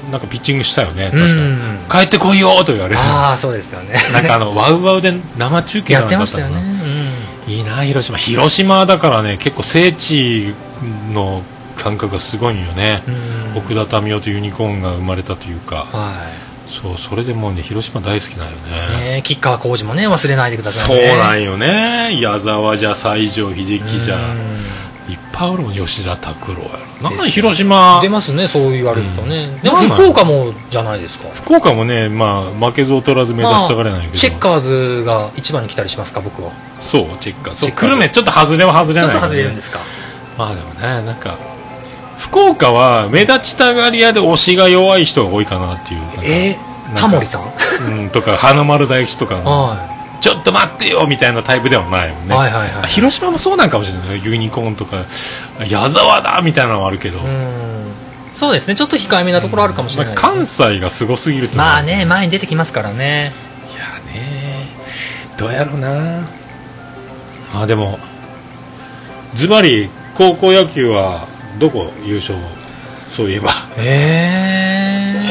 なんかピッチングしたよね確かうにん帰ってこいよと言われてああそうですよね なんかあのワウワウで生中継やなんかってだまっしたたよのかねな、いいな広島広島だからね結構聖地の感覚がすごいんよね、うん、うん、奥田民生とユニコーンが生まれたというかはそうそれでもうね広島大好きなんよい、ねえ、吉川浩司もね忘れないでくださそいうねなんんよね矢沢じゃ西城秀樹じゃうんいっぱいおるもん吉田拓郎やろなんですかよ広島出ますねそう言われるとね、んでもまあまあ福岡もじゃないですか福岡もね、まあ、負けず劣らず目指したがれないけど、チェッカーズが一番に来たりしますか僕はそうチェッカーそうチェッカー久留米ちょっと外れは外れちなょいけっとどね、外れるんですかまあでもねなんか福岡は目立ちたがり屋で推しが弱い人が多いかなっていうなんかえなんかタモリさん、うん、とか花丸大吉とかのはちょっと待ってよみたいなタイプではないもんいね、はいはいはい広島もそうなんかもしれないユニコーンとか矢沢だみたいなのはあるけど、うんそうですねちょっと控えめなところあるかもしれまなあいですね、関西がすごすぎるとまあね前に出てきますからねいやねどうやろうなまあでもズバリ高校野球はどこ優勝そういえばえ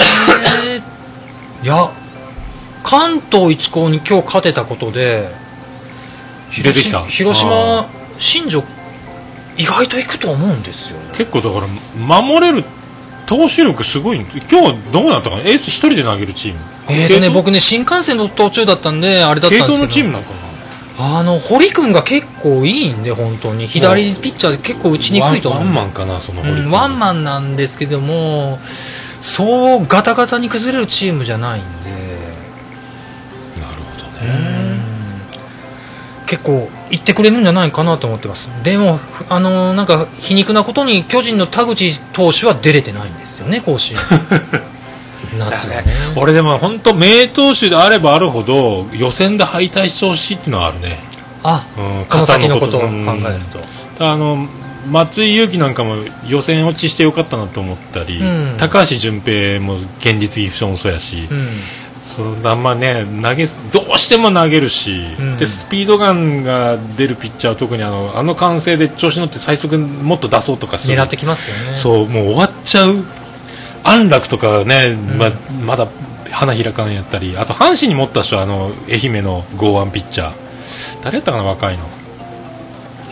えいや関東一高に今日勝てたことで出てきた広あ島新庄意外と行くと思うんですよねー結構だから守れる投手力すごいん今日どうなったかなエース一人で投げるチームえーとね、僕ね新幹線の途中だったんであれだったん系ですけ統どのチームなのかなあの堀君が結構いいんで本当に左ピッチャーで結構打ちにくいと思ワうンワンマンかなその堀う君んワンマンなんですけどもそうガタガタに崩れるチームじゃないんでなるほどね結構行ってくれるんじゃないかなと思ってますでもふあのーなんか皮肉なことに巨人の田口投手は出れてないんですよね甲 子園夏はね俺でも本当名投手であればあるほど予選で敗退してほしいっていうのはあるねあうんこの先のことを考えるとあの松井裕樹なんかも予選落ちしてよかったなと思ったり、うん高橋純平も県立岐阜商もそうやし、うんそうあんまね投げどうしても投げるし、うんでスピードガンが出るピッチャーは特にあのあの歓声で調子乗って最速もっと出そうとかする狙ってきますよねそうもう終わっちゃう安楽とかね、ままだ花開かんやったりあと阪神に持った人はあの愛媛の剛腕ピッチャー誰やったかな若い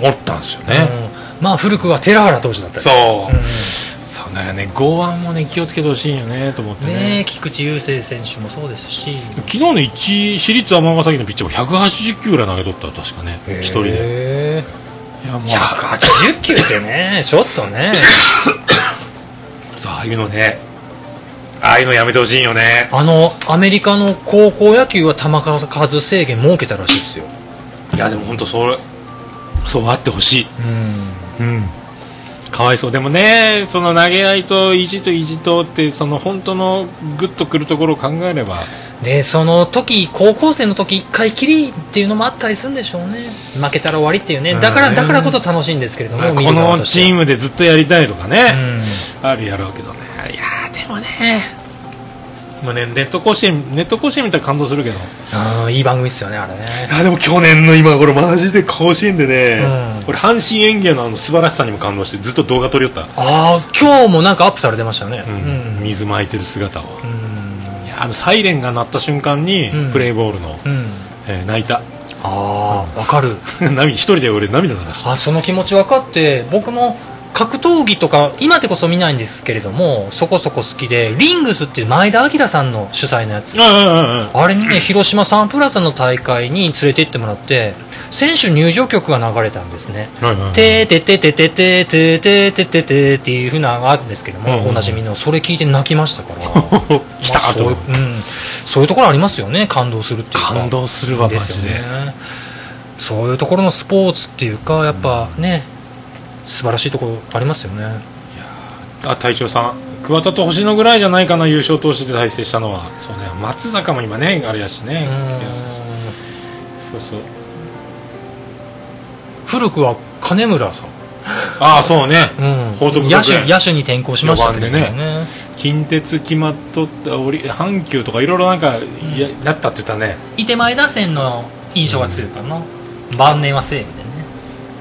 のおったんですよね、うんまあ古くは寺原投手だったりそう、うんそうだよね剛腕もね気をつけてほしいよねと思ってねねえ菊池雄星選手もそうですし昨日の一市立尼崎のピッチャーも180球ぐらい投げとった確かね一人でいでやもう180球ってねちょっとねそうああいうのねああいうのやめてほしいよねあのアメリカの高校野球は球数制限設けたらしいですよいやでも本当そうそうあってほしいうんうん、かわいそうでもねその投げ合いと意地と意地とってその本当のグッとくるところを考えればでその時高校生の時一回きりっていうのもあったりするんでしょうね負けたら終わりっていうねだかうらんだからこそ楽しいんですけれども見こる側のとしてチはームでずっとやりたいとかね、うんあるやろうけどねいやーでもねもうねネット甲子園ネット甲子園見たら感動するけどいあーいい番組ですよねあれねやでも去年の今頃マジで甲子園でねうん俺阪神園芸のあの素晴らしさにも感動してずっと動画撮りよった、ああ今日もなんかアップされてましたねうんうん水まいてる姿を、いやあのサイレンが鳴った瞬間に、うんプレイボールの、うん、うん、えー泣いた ああわかる涙一人で俺涙流したあその気持ち分かって僕も格闘技とか今でこそ見ないんですけれどもそこそこ好きでリングスっていう前田明さんの主催のやつああれにね広島サンプラザの大会に連れて行ってもらって選手入場曲が流れたんですねあああ「てーてててててててててて」っていうふうなのがあるんですけどうんうんうもんおなじみのそれ聞いて泣きましたから来たまあとそういううんそういうところありますよね感動するっていうか感動するわマですジよでねそういうところのスポーツっていうかやっぱね、素晴らしいところありますよねあ隊長さん桑田と星野ぐらいじゃないかな優勝投手で対戦したのはそうね松坂も今ねあれやしねそうそう古くは金村さん、ああそうねうん、報徳学園野手野手に転向しましたけど四ね番近鉄決まっとった折阪急とかいろいろなんかや,、やったって言ったねいて前打線の印象が強いかな、晩年は西武でね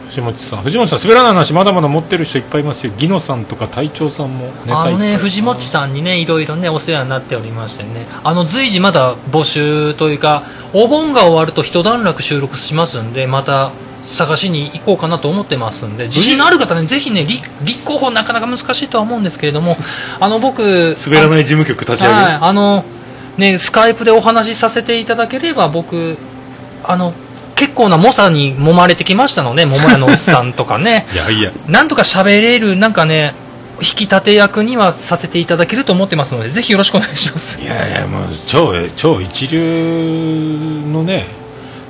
藤本さん藤本さん滑らない話まだまだ持ってる人いっぱいいますよ技野さんとか隊長さんもネあのいっぱいね藤本さんにねいろいろねお世話になっておりましてねあの随時まだ募集というかお盆が終わると一段落収録しますんでまた探しに行こうかなと思ってますんで自信のある方ねぜひね立立候補なかなか難しいとは思うんですけれどもあの僕滑らない事務局立ち上げはい、あのねスカイプでお話しさせていただければ僕あの結構な猛者に揉まれてきましたので、ね、桃屋のおっさんとか ねいやいやなんとか喋れるなんかね引き立て役にはさせていただけると思ってますのでぜひよろしくお願いしますいやいやもう超超一流のね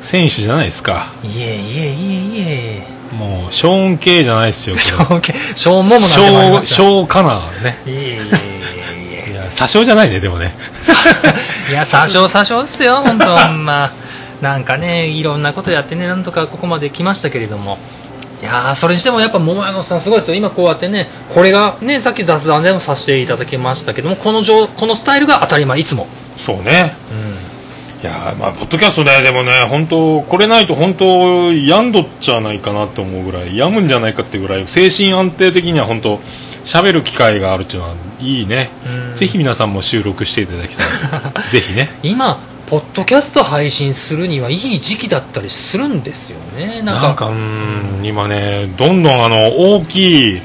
選手じゃないですかいえいえいえいえもう、ショーン系じゃないですよ。シショーン系ショーンモムなんでもありョー、ますシよョーカナーね。いえいえいえいえいや、詐称じゃないね、でもね。いや、詐称詐称っすよ、本当、ほんまなんかね、いろんなことやってね、なんとかここまで来ましたけれども、いやー、それにしてもやっぱ、桃屋のおっさん、すごいですよ、今こうやってね、これがね、さっき雑談でもさせていただきましたけども、この状このスタイルが当たり前、いつも。そうね。うんいやーまあポッドキャストねでもね本当これないと本当病んどっちゃないかなと思うぐらい病むんじゃないかっていうぐらい精神安定的には本当喋る機会があるっていうのはいいねうんぜひ皆さんも収録していただきた いぜひね今ポッドキャスト配信するにはいい時期だったりするんですよねなんかなんかうーん今ねどんどんあの大きい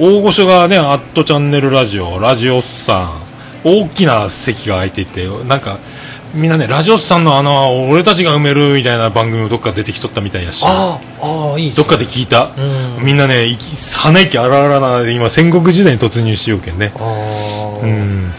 大御所がね「アットチャンネルラジオ」「ラジオスさん」大きな席が空いていてなんかみんなねラジオスさんのあの俺たちが埋めるみたいな番組もどっか出てきとったみたいやしあーあーいいすどねっかで聞いた、うんみんなね息鼻息荒々なで今戦国時代に突入しようけんねあーうん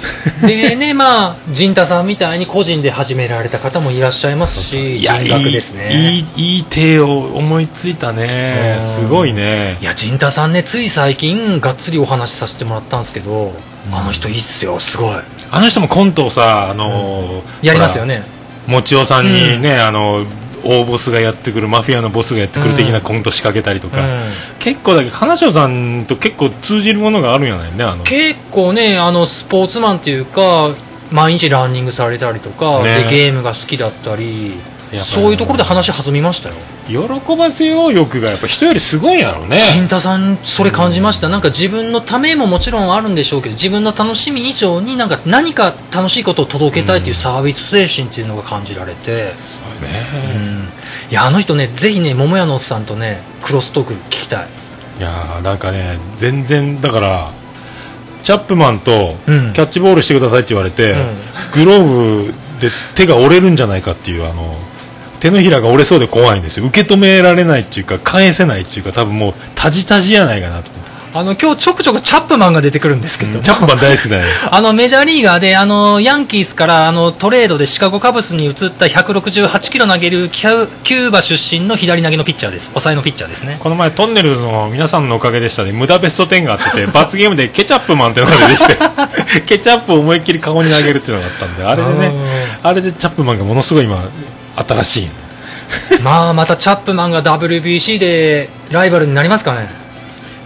でね、まあ、陣太さんみたいに個人で始められた方もいらっしゃいますし、人格ですね。いいいいい手を思いついたねうんすごいねいや、陣太さんね、つい最近、がっつりお話しさせてもらったんですけど、あの人いいっすよ、すごい。あの人もコントをさあのー、やりますよね。もちおさんにね、あの大ボスがやってくるマフィアのボスがやってくる的なコント仕掛けたりとうか、ん、結構だけど金城さんと結構通じるものがあるんやないねあの結構ね、あの、スポーツマンっていうか、毎日ランニングされたりとか、ねでゲームが好きだったり、りそういうところで話弾みましたよ。喜ばせよう欲がやっぱ人よりすごいんやろうね新太さんそれ感じました、なんか自分のためももちろんあるんでしょうけど自分の楽しみ以上になんか何か楽しいことを届けたいというサービス精神っていうのが感じられて、ねうんいやあの人ねぜひね桃屋のおっさんとねクロストーク聞きたいいやーなんかね全然だからチャップマンとキうんャッチボールしてくださいって言われて、グローブで手が折れるんじゃないかっていうあの手のひらが折れそうで怖いんですよ受け止められないっていうか返せないっていうか多分もうタジタジやないかなと思ってあの今日ちょくちょくチャップマンが出てくるんですけど、チャップマン大好きだよあのメジャーリーガーであのヤンキースからあのトレードでシカゴカブスに移った168キロ投げるキュキューバ出身の左投げのピッチャーです抑えのピッチャーですね この前トンネルズの皆さんのおかげでしたね無駄ベスト10があってて罰ゲームでケチャップマンってのが出て きてケチャップを思いっきり顔に投げるっていうのがあったんであれでねあれでチャップマンがものすごい今新しいの まあまたチャップマンが WBC でライバルになりますかね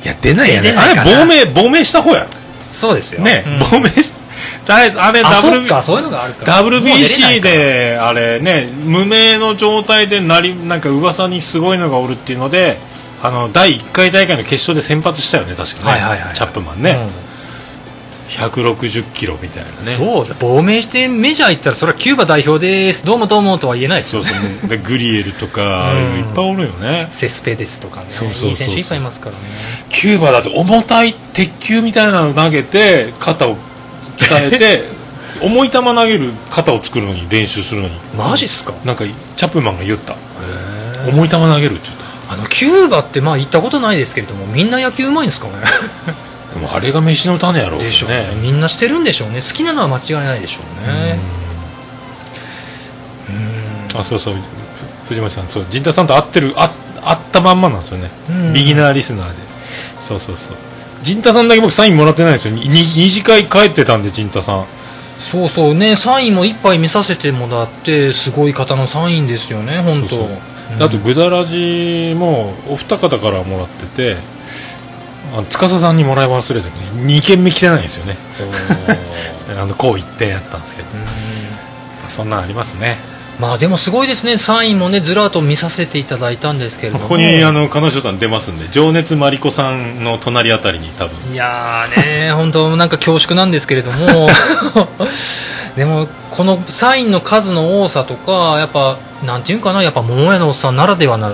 いや出ないやね出ないかあなれ亡命亡命した方やそうですよね、うん亡命しあれあれあそっ WB かそういうのがあるからもう出れない WBC かであれね無名の状態でなりなんか噂にすごいのがおるっていうのであの第1回大会の決勝で先発したよね確かね、はいはいはいチャップマンね、うん160キロみたいなねそうだ亡命してメジャー行ったらそれはキューバ代表ですどうもどうもとは言えないですそようそうでグリエルとか、うんいっぱいおるよねセスペですとかねそうそうそうそういい選手いっぱいいますからねキューバだって重たい鉄球みたいなの投げて肩を鍛え て重い球投げる肩を作るのに練習するのにマジっすかなんかチャップマンが言った重い球投げるって言ったあのキューバってまあ行ったことないですけれどもみんな野球うまいんですかねでもあれが飯の種やろうでしょうねみんなしてるんでしょうね好きなのは間違いないでしょうねあそうそうふ藤森さんそう陣田さんと会ってるあ会ったまんまなんですよねうんビギナーリスナーでそうそうそう陣田さんだけ僕サインもらってないんですよに二次会帰ってたんで陣田さんそうそうねサインもいっぱい見させてもらってすごい方のサインですよね本当そうそううんあとグダラジもお二方からもらっててあ司さんにもらい忘れて2軒目来てないんですよね あのこう一点やったんですけどそんなんありますねまあでもすごいですねサインもねずらっと見させていただいたんですけれどこもこにあの彼女さん出ますんで情熱マリコさんの隣あたりに多分いやーね 本当なんか恐縮なんですけれども でもこのサインの数の多さとかやっぱなんていうんかなやっぱ桃屋のおっさんならではな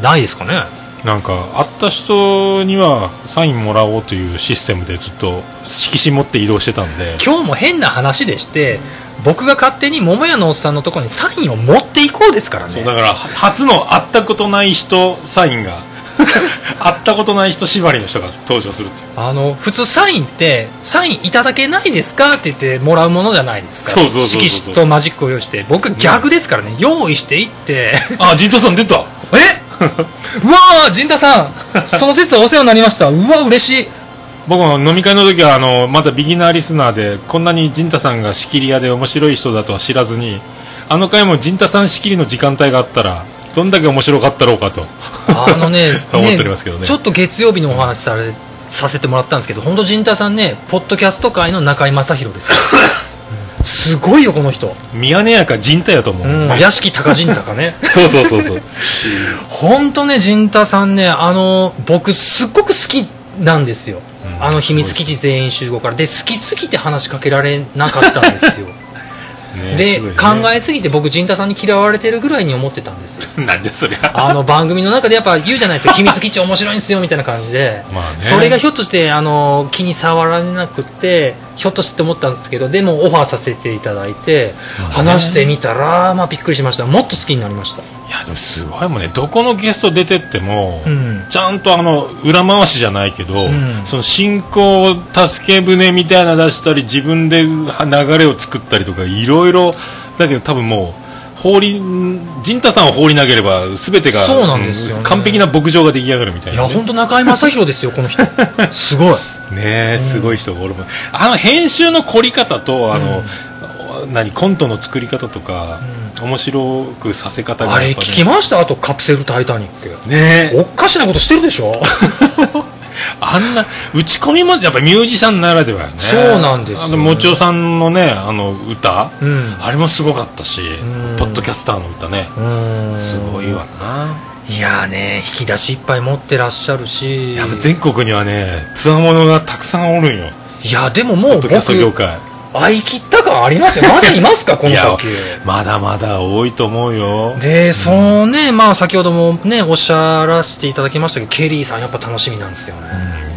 ないですかねなんか会った人にはサインもらおうというシステムでずっと色紙持って移動してたんで今日も変な話でして僕が勝手に桃屋のおっさんのところにサインを持っていこうですからそうねだから初の会ったことない人サインが 会ったことない人縛りの人が登場するっていうあの普通サインってサインいただけないですかって言ってもらうものじゃないですかそうそうそうそう 色紙とマジックを用意して僕逆ですからね、用意していってあジントさん出たえうわー陣田さんその説はお世話になりましたうわ嬉しい僕も飲み会の時はあのまだビギナーリスナーでこんなに陣太さんが仕切り屋で面白い人だとは知らずにあの回も陣太さん仕切りの時間帯があったらどんだけ面白かったろうかとあのね 思っておりますけどねちょっと月曜日にお話しされさせてもらったんですけど本当陣田さんねポッドキャスト界の中居正広 ですよすごいよこの人、ミヤネ屋か陣太やと思う、うん、屋敷高陣高ね そうそうそうそう 本当ね陣田さんねあの僕すっごく好きなんですよ、うんあの秘密基地全員集合からで好きすぎて話しかけられなかったんですよ ねで、すごいね考えすぎて僕陣田さんに嫌われてるぐらいに思ってたんですよ なんじゃそりゃあの番組の中でやっぱ言うじゃないで すか秘密基地面白いんですよみたいな感じで、まあねそれがひょっとしてあの気に触られなくてひょっとして思ったんですけどでもオファーさせていただいて、まあね話してみたら、まあ、びっくりしましたもっと好きになりましいたやでもすごいもんねどこのゲスト出てっても、うんちゃんとあの裏回しじゃないけど、んその進行助け舟みたいなの出したり自分で流れを作ったりとかいろいろだけど多分もう放り陣太さんを放り投げれば全てがそうなんですよねう完璧な牧場が出来上がるみたいいなやね本当中居正広ですよ この人すごいねえすごい人が俺もあの編集の凝り方とあの、何コントの作り方とか、面白くさせ方があれやっ聞ぱねきましたあと「カプセルタイタニック」ねえおっかしなことしてる でしょ、あんな打ち込みもやっぱミュージシャンならではよねそうなんですよあのもちおさんのねあの歌、うんあれもすごかったし、んポッドキャスターの歌ね、うんすごいわないやーね引き出しいっぱい持ってらっしゃるしやっぱ全国にはねつわものがたくさんおるんよいやでももうポッド僕キャスト業界会い切った感ありますよまだいますか こいのや先まだまだ多いと思うよでそのねまあ先ほどもねおっしゃらせていただきましたけどケリーさんやっぱ楽しみなんですよね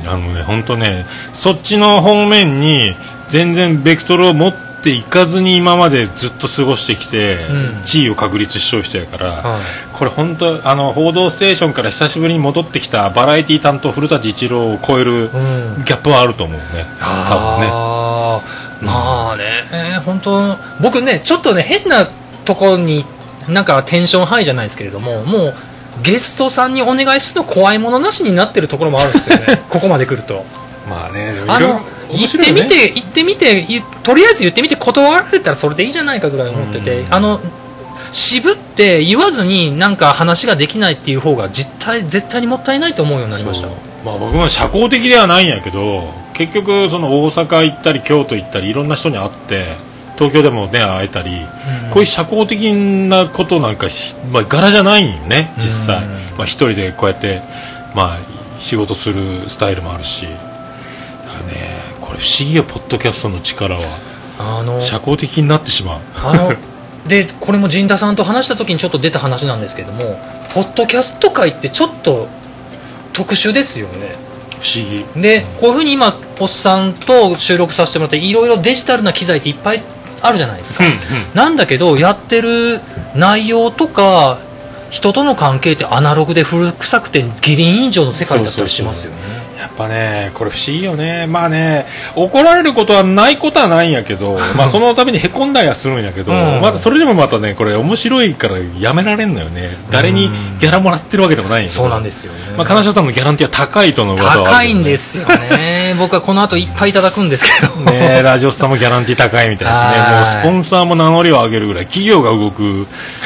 あのね本当ねそっちの方面に全然ベクトルを持っていかずに今までずっと過ごしてきて、うん地位を確立しとる人やから、はいこれ本当あの「報道ステーション」から久しぶりに戻ってきたバラエティ担当古舘一郎を超えるギんャップはあると思うね、多分ねあーまあね、えー本当僕ねちょっとね変なとこになんかテンションハイじゃないですけれどももうゲストさんにお願いすると怖いものなしになってるところもあるんですよ ねここまで来るとまあねあのいろいろ面行っ白いてよみねて行ってみていとりあえず言ってみて断られたらそれでいいじゃないかぐらい思っててうんあの渋って言わずになんか話ができないっていう方が実態絶対にもったいないと思うようになりましたそうまあ、僕も社交的ではないんやけど結局その大阪行ったり京都行ったりいろんな人に会って東京でもね会えたり、こういう社交的なことなんかし、まあ、柄じゃないんよね実際、うんまあ、一人でこうやって、まあ、仕事するスタイルもあるしだからねこれ不思議よポッドキャストの力はあの社交的になってしまうあのでこれも陣田さんと話した時にちょっと出た話なんですけどもポッドキャスト界ってちょっと特殊ですよね不思議でこういうふうに今ポッさんと収録させてもらっていろいろデジタルな機材っていっぱいあるじゃないですか、うんうんなんだけどやってる内容とか人との関係ってアナログで古臭くてギリン以上の世界だったりしますよねやっぱねこれ不思議よねまあね怒られれることはないことはないんやけ どまあそのためにへこんだりはするんやけど、うんまたそれでもまたねこれ面白いからやめられんのよね誰にギャラもらってるわけでもないんやけどそうなんですよね、まあ金城さんのギャランティーは高いとの噂はあ高るけいどねんですよね僕はこの後いっぱいいただくんですけどねラジオスさんもギャランティー高いみたいはだいしねもうスポンサーも名乗りを上げるぐらい企業が動く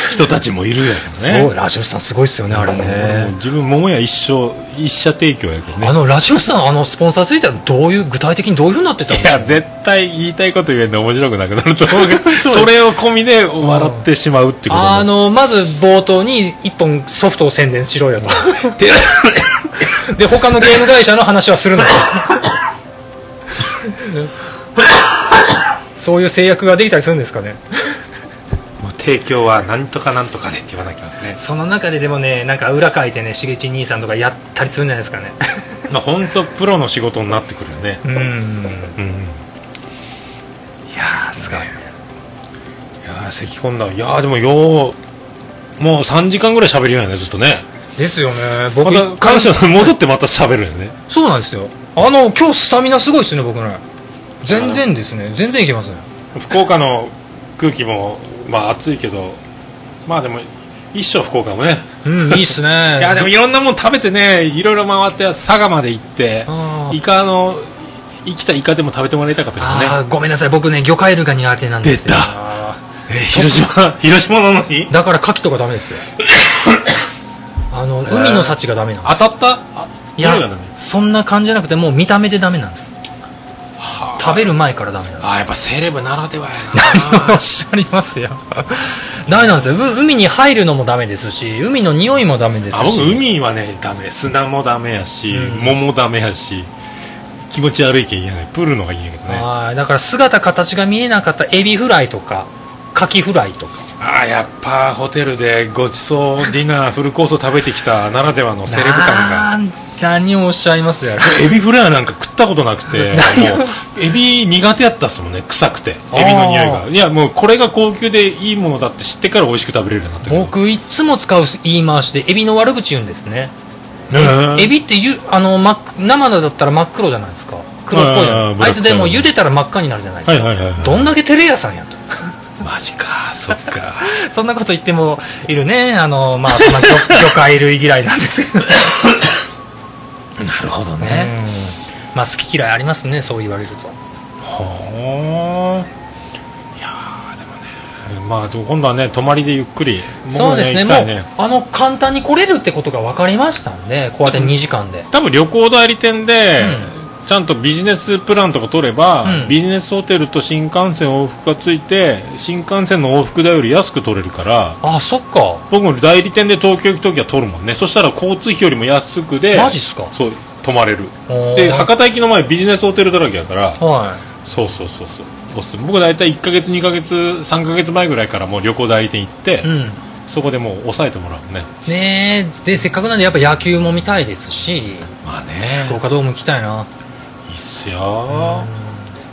人たちもいるやけどねそうラジオさんすごいですよねあれねもう自分桃屋一生一社提供やけどねあのラジオさんあのスポンサーついたらどういう具体的にどういうふうになってたんいや絶対言いたいこと言えんで面白くなくなると思うけど それを込みで笑ってしまうってこともあのまず冒頭に一本ソフトを宣伝しろよ とで他のゲーム会社の話はするなよそういう制約ができたりするんですかねもう提供はなんとかなんとかでって言わなきゃねその中ででもねなんか裏書いてねしげち兄さんとかやったりするんじゃないですかねまあ本当プロの仕事になってくるよねうんうんいやーすごいねいやー咳き込んだいやーでもようもう3時間ぐらい喋るようやねずっとねですよねま僕た一回感謝戻ってまた喋るよ ねそうなんですよあの今日スタミナすごいですね僕ね全然ですね全然いけますね福岡の空気もまあ暑いけどまあでも一生福岡もねうん、いいっすね。いやでもいろんなもん食べてねいろいろ回って佐賀まで行ってあーイカの生きたイカでも食べてもらいたかったけどねあーごめんなさい、僕ね、魚介類が苦手なんで出すよ。たえ広島広島なのにだから牡蠣とかダ メですよ。あの、海の幸がダメなんで当す。たったあいやどれがダメ、そんな感じじゃなくて、もう見た目でダメなんです。食べる前からダメなんであーやっぱセレブならではやす。おっしゃりますよ。ダメなんですよ。う海に入るのもダメですし、海の匂いもダメですなし。あ僕海はねダメ砂もダメやし、桃もダメやし気持ち悪いけん嫌ねプールのがいいんやけどねはいだから姿形が見えなかったエビフライとか、カキフライとか。ああやっぱホテルでごちそうディナーフルコースを食べてきたならではのセレブ感がが。何をおっしゃいますやら。エビフライなんか食ったことなく てもうエビ苦手やったっすもんね臭くてエビの匂いあがいやもうこれが高級でいいものだって知ってから美味しく食べれるようになったけど僕いつも使う言い回しでエビの悪口言うんですねうんエビってゆあの、ま、生だったら真っ黒じゃないですか黒っぽいじゃないあーブラックあいつでも茹でたら真っ赤になるじゃないですか、はいはいはいはいどんだけテレ屋さんやと マジかそっかそんなこと言ってもいるねあのまあそんな魚魚 介類嫌いなんですけどねなるほどうんまあ好き嫌いありますねそう言われるとほーいやーでもねまあでも今度はね泊まりでゆっくりそうですね僕行もきうたいねあの簡単に来れるってことが分かりましたんでこうやって2時間で、多分旅行代理店で、ちゃんとビジネスプランとか取れば、うんビジネスホテルと新幹線往復がついて新幹線の往復代より安く取れるからあそっか僕も代理店で東京行く時は取るもんねそしたら交通費よりも安くでマジっすかそう泊まれるおーで博多行きの前ビジネスホテルだらけやからはそうそうそうそうおすすめ僕大体1か月2か月3か月前ぐらいからもう旅行代理店行って、いうんそこでもう抑えてもらうねねえでせっかくなんでやっぱ野球も見たいですしまあね福岡ドーム行きたいな、いいっすよ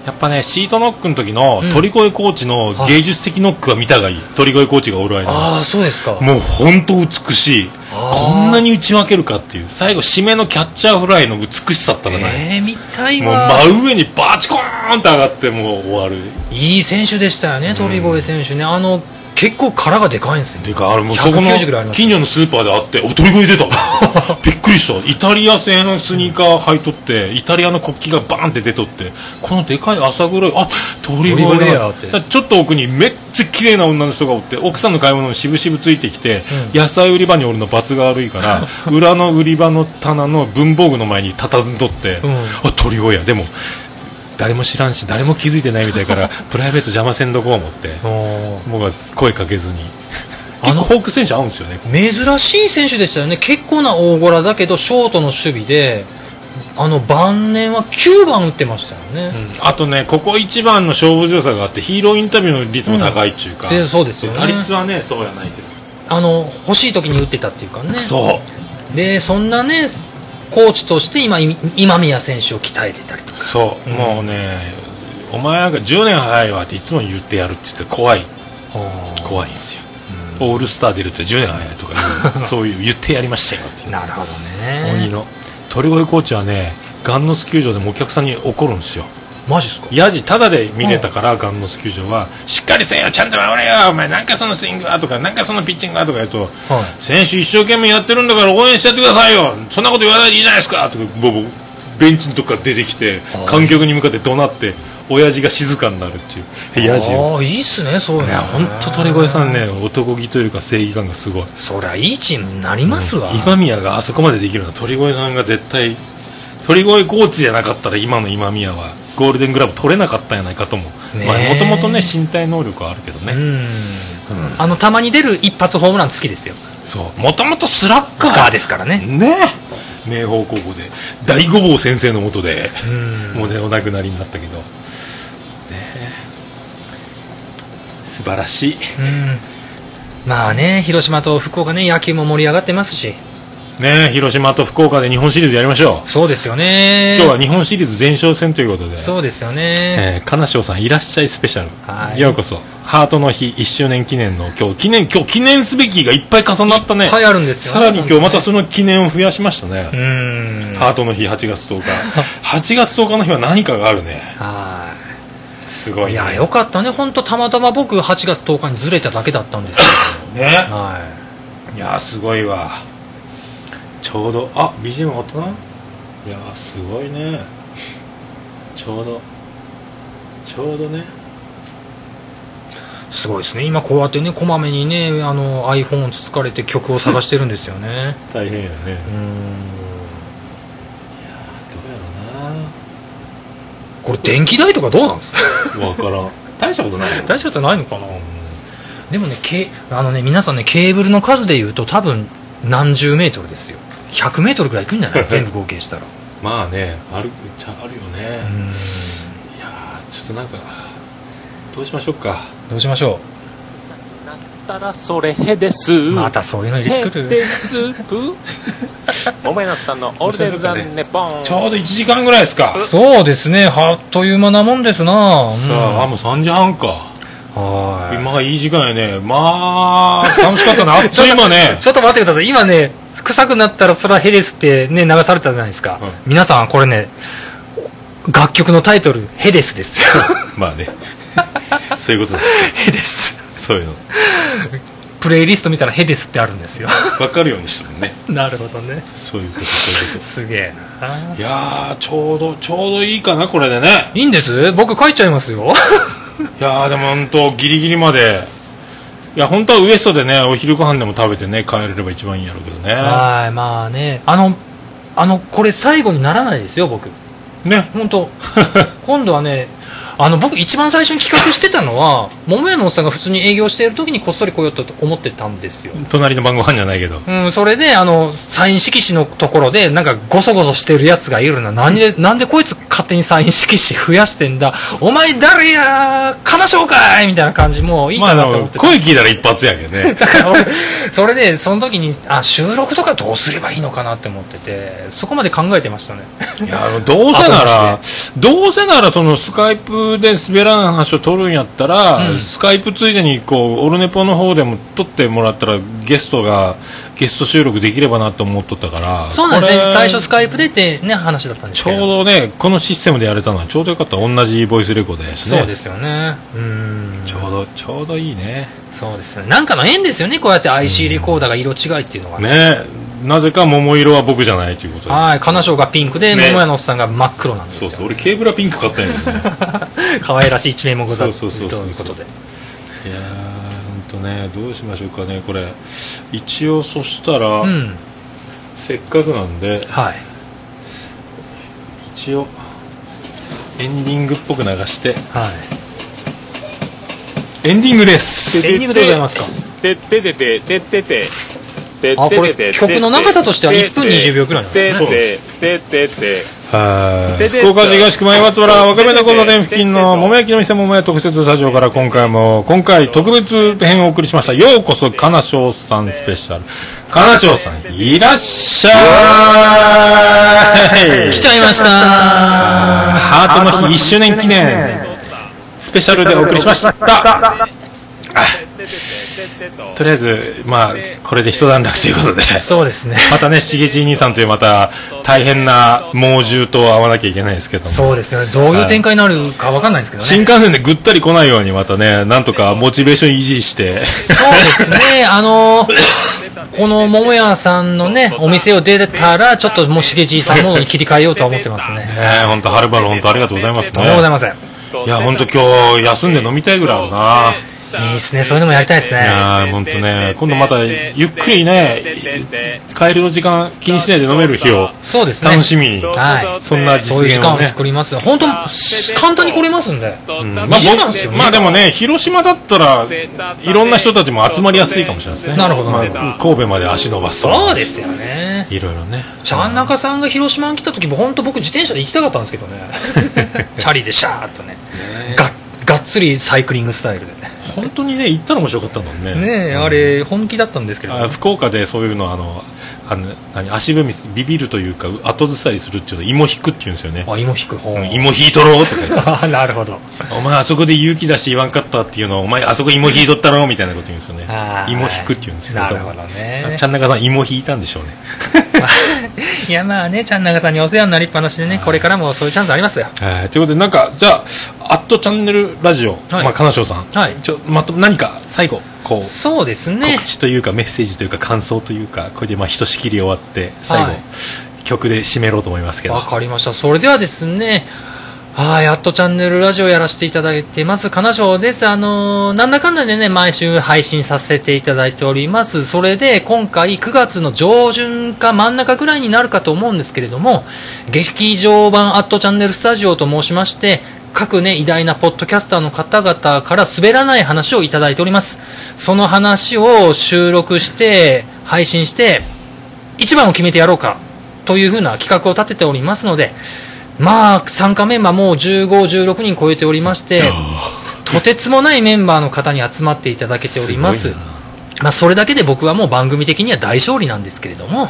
やっぱねシートノックの時のうん鳥越コーチのはい芸術的ノックは見たがいい鳥越コーチがおる間ああそうですかもう本当美しいあーこんなに打ち分けるかっていう最後締めのキャッチャーフライの美しさったらない、ええ見たいもうわ真上にバチコーンって上がってもう終わるいい選手でしたよね鳥越選手ね、あの結構殻がでかいんですよていうかあれもうそこ190ぐらいありのます近所のスーパーであってお鳥越 出たびっくりしたイタリア製のスニーカー履いとってイタリアの国旗がバーンって出とってこのでかい朝黒いあ鳥越鳥越だやってだからちょっと奥にめっちゃ綺麗な女の人がおって奥さんの買い物にしぶしぶついてきて、野菜売り場に俺の罰が悪いから 裏の売り場の棚の文房具の前に佇んどって、うんあ鳥越やでも誰も知らんし誰も気づいてないみたいからプライベート邪魔せんどこう思って。おー僕は声かけずにあ結の構フォーク選手合うんですよね珍しい選手でしたよね結構な大柄だけどショートの守備であの晩年は9番打ってましたよね、あとねここ一番の勝負強さがあってヒーローインタビューの率も高いっていうか、ぜそうですよね打率はねそうやないけど、あの欲しい時に打ってたっていうかねそうでそんなねコーチとして今い今宮選手を鍛えてたりとかそう、もうねお前なんか10年早いわっていつも言ってやるって言って怖い怖いんですよ、オールスター出るって10年早いとか 言うそういう言ってやりましたよっていうなるほど鬼ねの鳥越コーチはねガンノス球場でもお客さんに怒るんですよマジっすかヤジタダで見れたから、ガンノス球場はしっかりせよちゃんと守れよお前なんかそのスイングはとかなんかそのピッチングはとか言うと、選手一生懸命やってるんだから応援しちゃってくださいよそんなこと言わないでいいじゃないですかとかボボベンチのとこから出てきて観客に向かって怒鳴って親父が静かになるっていうヤジをああいいっすねそういういのや本当鳥越さんね男気というか正義感がすごいそりゃいいチームになりますわ、今宮があそこまでできるのは鳥越さんが絶対鳥越コーチじゃなかったら今の今宮はゴールデングラブ取れなかったんやないかともねえもともとね身体能力はあるけどね、うんあのたまに出る一発ホームラン好きですよそうもともとスラッガーガーですからねねえ明豊高校で大五坊先生のもとでうんもうねお亡くなりになったけど、ねえ、素晴らしいまあね広島と福岡ね野球も盛り上がってますしねえ広島と福岡で日本シリーズやりましょう、そうですよね今日は日本シリーズ前哨戦ということでそうですよね、えー、金賞さんいらっしゃいスペシャル、はいようこそハートの日1周年記念の今日記念今日記念すべきがいっぱい重なったねいっぱいあるんですよねさらに今日またその記念を増やしましたね、うんハートの日8月10日8月10日の日は何かがあるねはすごい,、いね、いやよかったね本当たまたま僕8月10日にずれただけだったんですけどねはい。いやーすごいわちょうどあ BGM 終わったないやーすごいねちょうどちょうどねすごいですね今こうやってねこまめにねあの iPhone をつつかれて曲を探してるんですよね大変やねうーんどうやろこれ電気代とかどうなんですかうなわからん大したことない よ大丈夫じゃないのかなでもねけあのね皆さんねケーブルの数でいうと多分何十メートルですよ100メートルぐらい行くんじゃない全部合計したらまあねあるっちゃあるよねうー、んいやーちょっとなんかどうしましょうかどうしましょなったらそれへですうまたそういうの入れへてくでるすぷ桃屋のおっさんのオールデイズザンネポンちょうど1時間ぐらいですか、さそうですねはあっという間なもんですなああもう3時半かうんはい今がいい時間やねまあ楽しかったなあっという間ね ちょっと待ってください今ね臭くなったらそらヘレスってね流されたじゃないですか、うん皆さんこれね楽曲のタイトルヘレスですよ まあねそういうことです ヘレスそういうのプレイリスト見たらヘレスってあるんですよ分かるようにしたもんね なるほどねそういうことそういうこすげえなといやーちょうどちょうどいいかなこれでねいいんです僕書いちゃいますよいやーでも本当ギリギリまでいや本当はウエストでねお昼ご飯でも食べてね帰れれば一番いいんやろうけどねはいまあねあのあのこれ最後にならないですよ僕ね本 当今度はねあの僕一番最初に企画してたのは桃屋のおっさんが普通に営業している時にこっそり来ようと思ってたんですよ隣の晩ご飯じゃないけどうん、それで、あの、サイン色紙のところで、なんか、ごそごそしてるやつがいるな。なんで、なんでこいつ勝手にサイン色紙増やしてんだ。お前誰や金賞かいみたいな感じもういいまあかでなと思もってた。声聞いたら一発やけど ねだから俺、それで、その時に、あ、収録とかどうすればいいのかなって思ってて、そこまで考えてましたね。いやあのどうせならどうせならそのスカイプで滑らない話を撮るんやったら、うんスカイプついでにこうオルネポの方でも撮ってもらったらゲストがゲスト収録できればなと思っとったから そうなんですねこ。れ最初スカイプでってね、話だったんですちょけうど。どねこのシステムでやれたのはちょうどよかった同じボイスレコードやしねそうですよね。うん。ちょうどちょうどいいねそうですよね。なんかの縁ですよね、こうやって IC レコーダーが色違いっていうのがねねなぜか桃色は僕じゃないということではい、金賞がピンクで、ね桃屋のおっさんが真っ黒なんですそうよ。そう俺ケーブラピンク買ったんやけどね 可愛らしい一面もござるとそうそうそうそういうことで。いや本当ねどうしましょうかねこれ一応そしたら、うん、せっかくなんではい。一応エンディングっぽく流してはエンディングですい。エンディングでございますか。てってててててててあこれ曲の長さとしては1分20秒くらいなんでてててててはい福岡市東区前松原若めの交差点付近の桃焼きの店桃屋特設スタジオから今回も今回特別編をお送りしましたようこそ金賞さんスペシャル金賞さんいらっしゃい 来ちゃいました。ハートの日1周年記念スペシャルでお送りしましたあとりあえずまあこれで一段落ということでそうですね。またね、しげじい兄さんというまた大変な猛獣と会わなきゃいけないですけどもそうですね。どういう展開になるかわかんないんですけど新ね。幹線でぐったり来ないようにまたね、なんとかモチベーション維持して、そうですね。あのーこの桃屋さんのね、お店を出たら、ちょっともうしげじいさんモードに切り替えようとは思ってますね。ね、本当はるばる本当ありがとうございますとんでもございね。ません。いいや、本当今日休んで飲みたいぐらいあるな。いですね。そういうのもやりたいですね。いやー、本当ね、今度またゆっくりね、帰りの時間気にしないで飲める日をそうですね。楽しみに、はい。そんなそう実いう時現間ををね。作ります。本当簡単に来れますんで。まあ、二時間ですよ僕まあでもね、広島だったらいろんな人たちも集まりやすいかもしれないですね。なるほどまあ神戸まで足伸ばすと。そうですよね。いろいろね。ちゃん中さんが広島に来た時も本当僕自転車で行きたかったんですけ どねチャリでシャーっとねががっつりサイクリングスタイルで本当にね、行ったら面白かったもんね。ねえあれ本気だったんですけどあ福岡でそういうのあのあの何足踏みすビビるというか後ずさりするっていうの芋引くっていうんですよねあ芋引く方芋引いとろうと か言っ なるほどてお前あそこで勇気出して言わんかったっていうのをお前あそこ芋引いとったろみたいなこと言うんですよねあー芋引くっていうんですよなるほどね ちゃん中さん芋引いたんでしょうねいやまあねちゃん中さんにお世話になりっぱなしでねこれからもそういうチャンスありますよはいということでなんかじゃああっトチャンネルラジオ、はいまあ、金城さん、はいちょまと何か最後こうそうですね告知というかメッセージというか感想というかこれでまあひとしきり終わって最後、はい曲で締めろうと思いますけどわかりましたそれではですねあーやっとチャンネルラジオやらせていただいてます金城ですあのーなんだかんだでね毎週配信させていただいておりますそれで今回9月の上旬か真ん中ぐらいになるかと思うんですけれども劇場版「アットチャンネルスタジオ」と申しまして各ね偉大なポッドキャスターの方々から滑らない話をいただいておりますその話を収録して配信して一番を決めてやろうかというふうな企画を立てておりますので、まあ、参加メンバーもう15、16人超えておりまして、とてつもないメンバーの方に集まっていただけております。すごいまあ、それだけで僕はもう番組的には大勝利なんですけれども、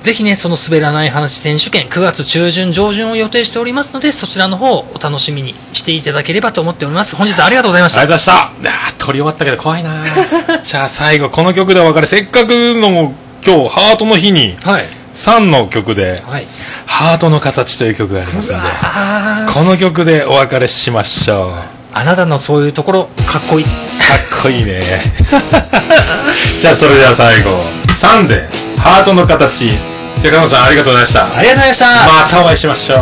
ぜひね、その滑らない話選手権、9月中旬、上旬を予定しておりますので、そちらの方をお楽しみにしていただければと思っております。本日はありがとうございましたあ。りがとうございましたあー撮り終わったけど怖い なじゃあ最後この曲でお別れせっかくの今日ハートの日にはい。 3の曲ではい。 「ハートの形」という曲がありますのであこの曲でお別れしましょうあなたのそういうところ、かっこいい。かっこいいねじゃあそれでは最後3で「ハートの形」じゃあ加藤さんありがとうございましたありがとうございました。またお会いしましょう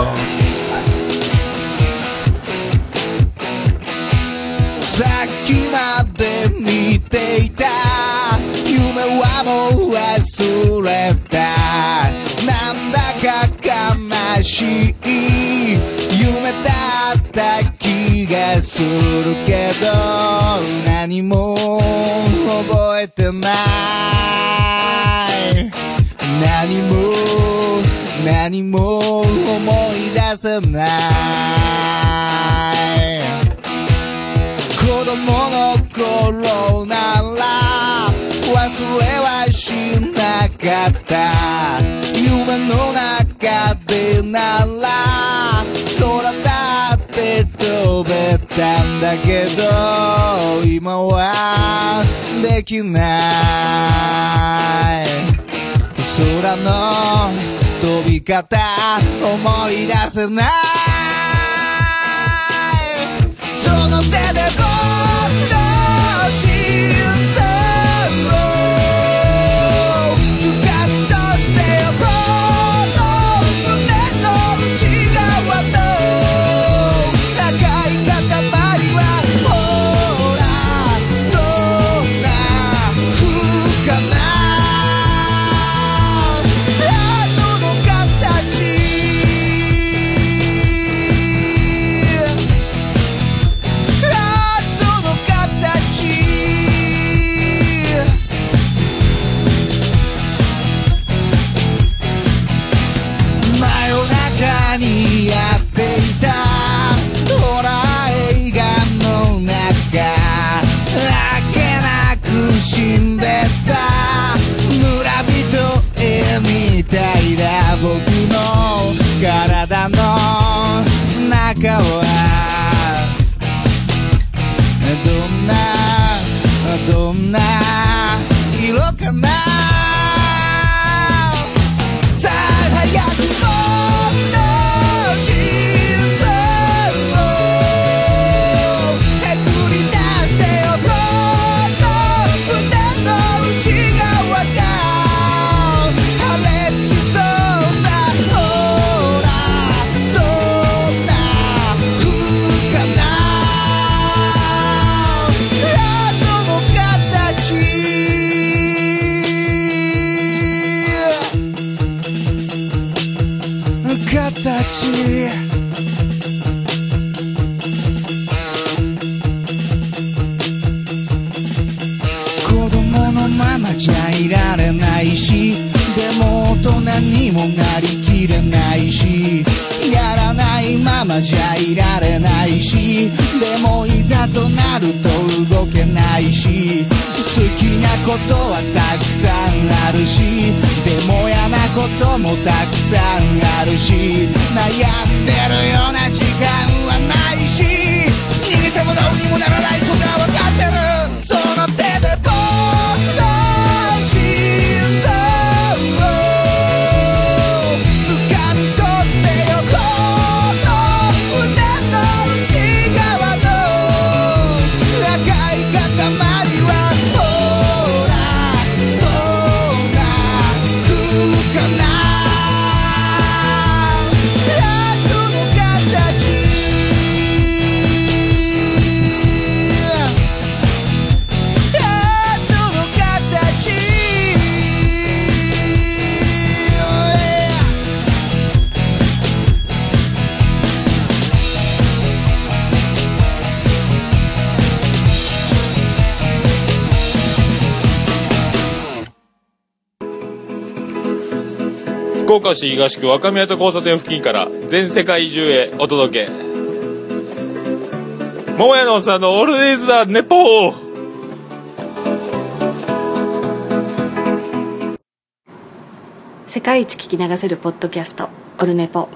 さっきまで見ていた夢はもう忘れたなんだか悲しい夢だった気がするけど何も覚えてない何も何も思い出せない子供の頃なら忘れはしなかった夢の中でなら空だって飛べたんだけど今はできない空の飛び方思い出せないその手で僕の心臓を掴み取ってよこの胸の内側の高い塊はほらどんな風かなハートの形ハートの形真夜中にやっていたホラー映画の中あっけなく死んでた村人絵みたいだ僕の体の中はどんなどんな色かなさあ早く僕の心臓をへくり出してよこの胸の内側が破裂しそうだほらどんな風かなハートの形形子供のままじゃいられないしでも大人にもなりきれないしやらないままじゃいられないしでもいざとなると動けないし好きなことはたくさんあるしでも嫌なこともたくさんあるし悩んでるような時間はないし逃げてもどうにもならないことは分かってるその手で僕の心臓を掴み取ってよこの胸の内側 É Oh, 福岡市東区若宮と交差点付近から全世界中へお届け桃屋のおっさんの「オールデイズ・ザ・ネポー」世界一聞き流せるポッドキャスト「オルネポ」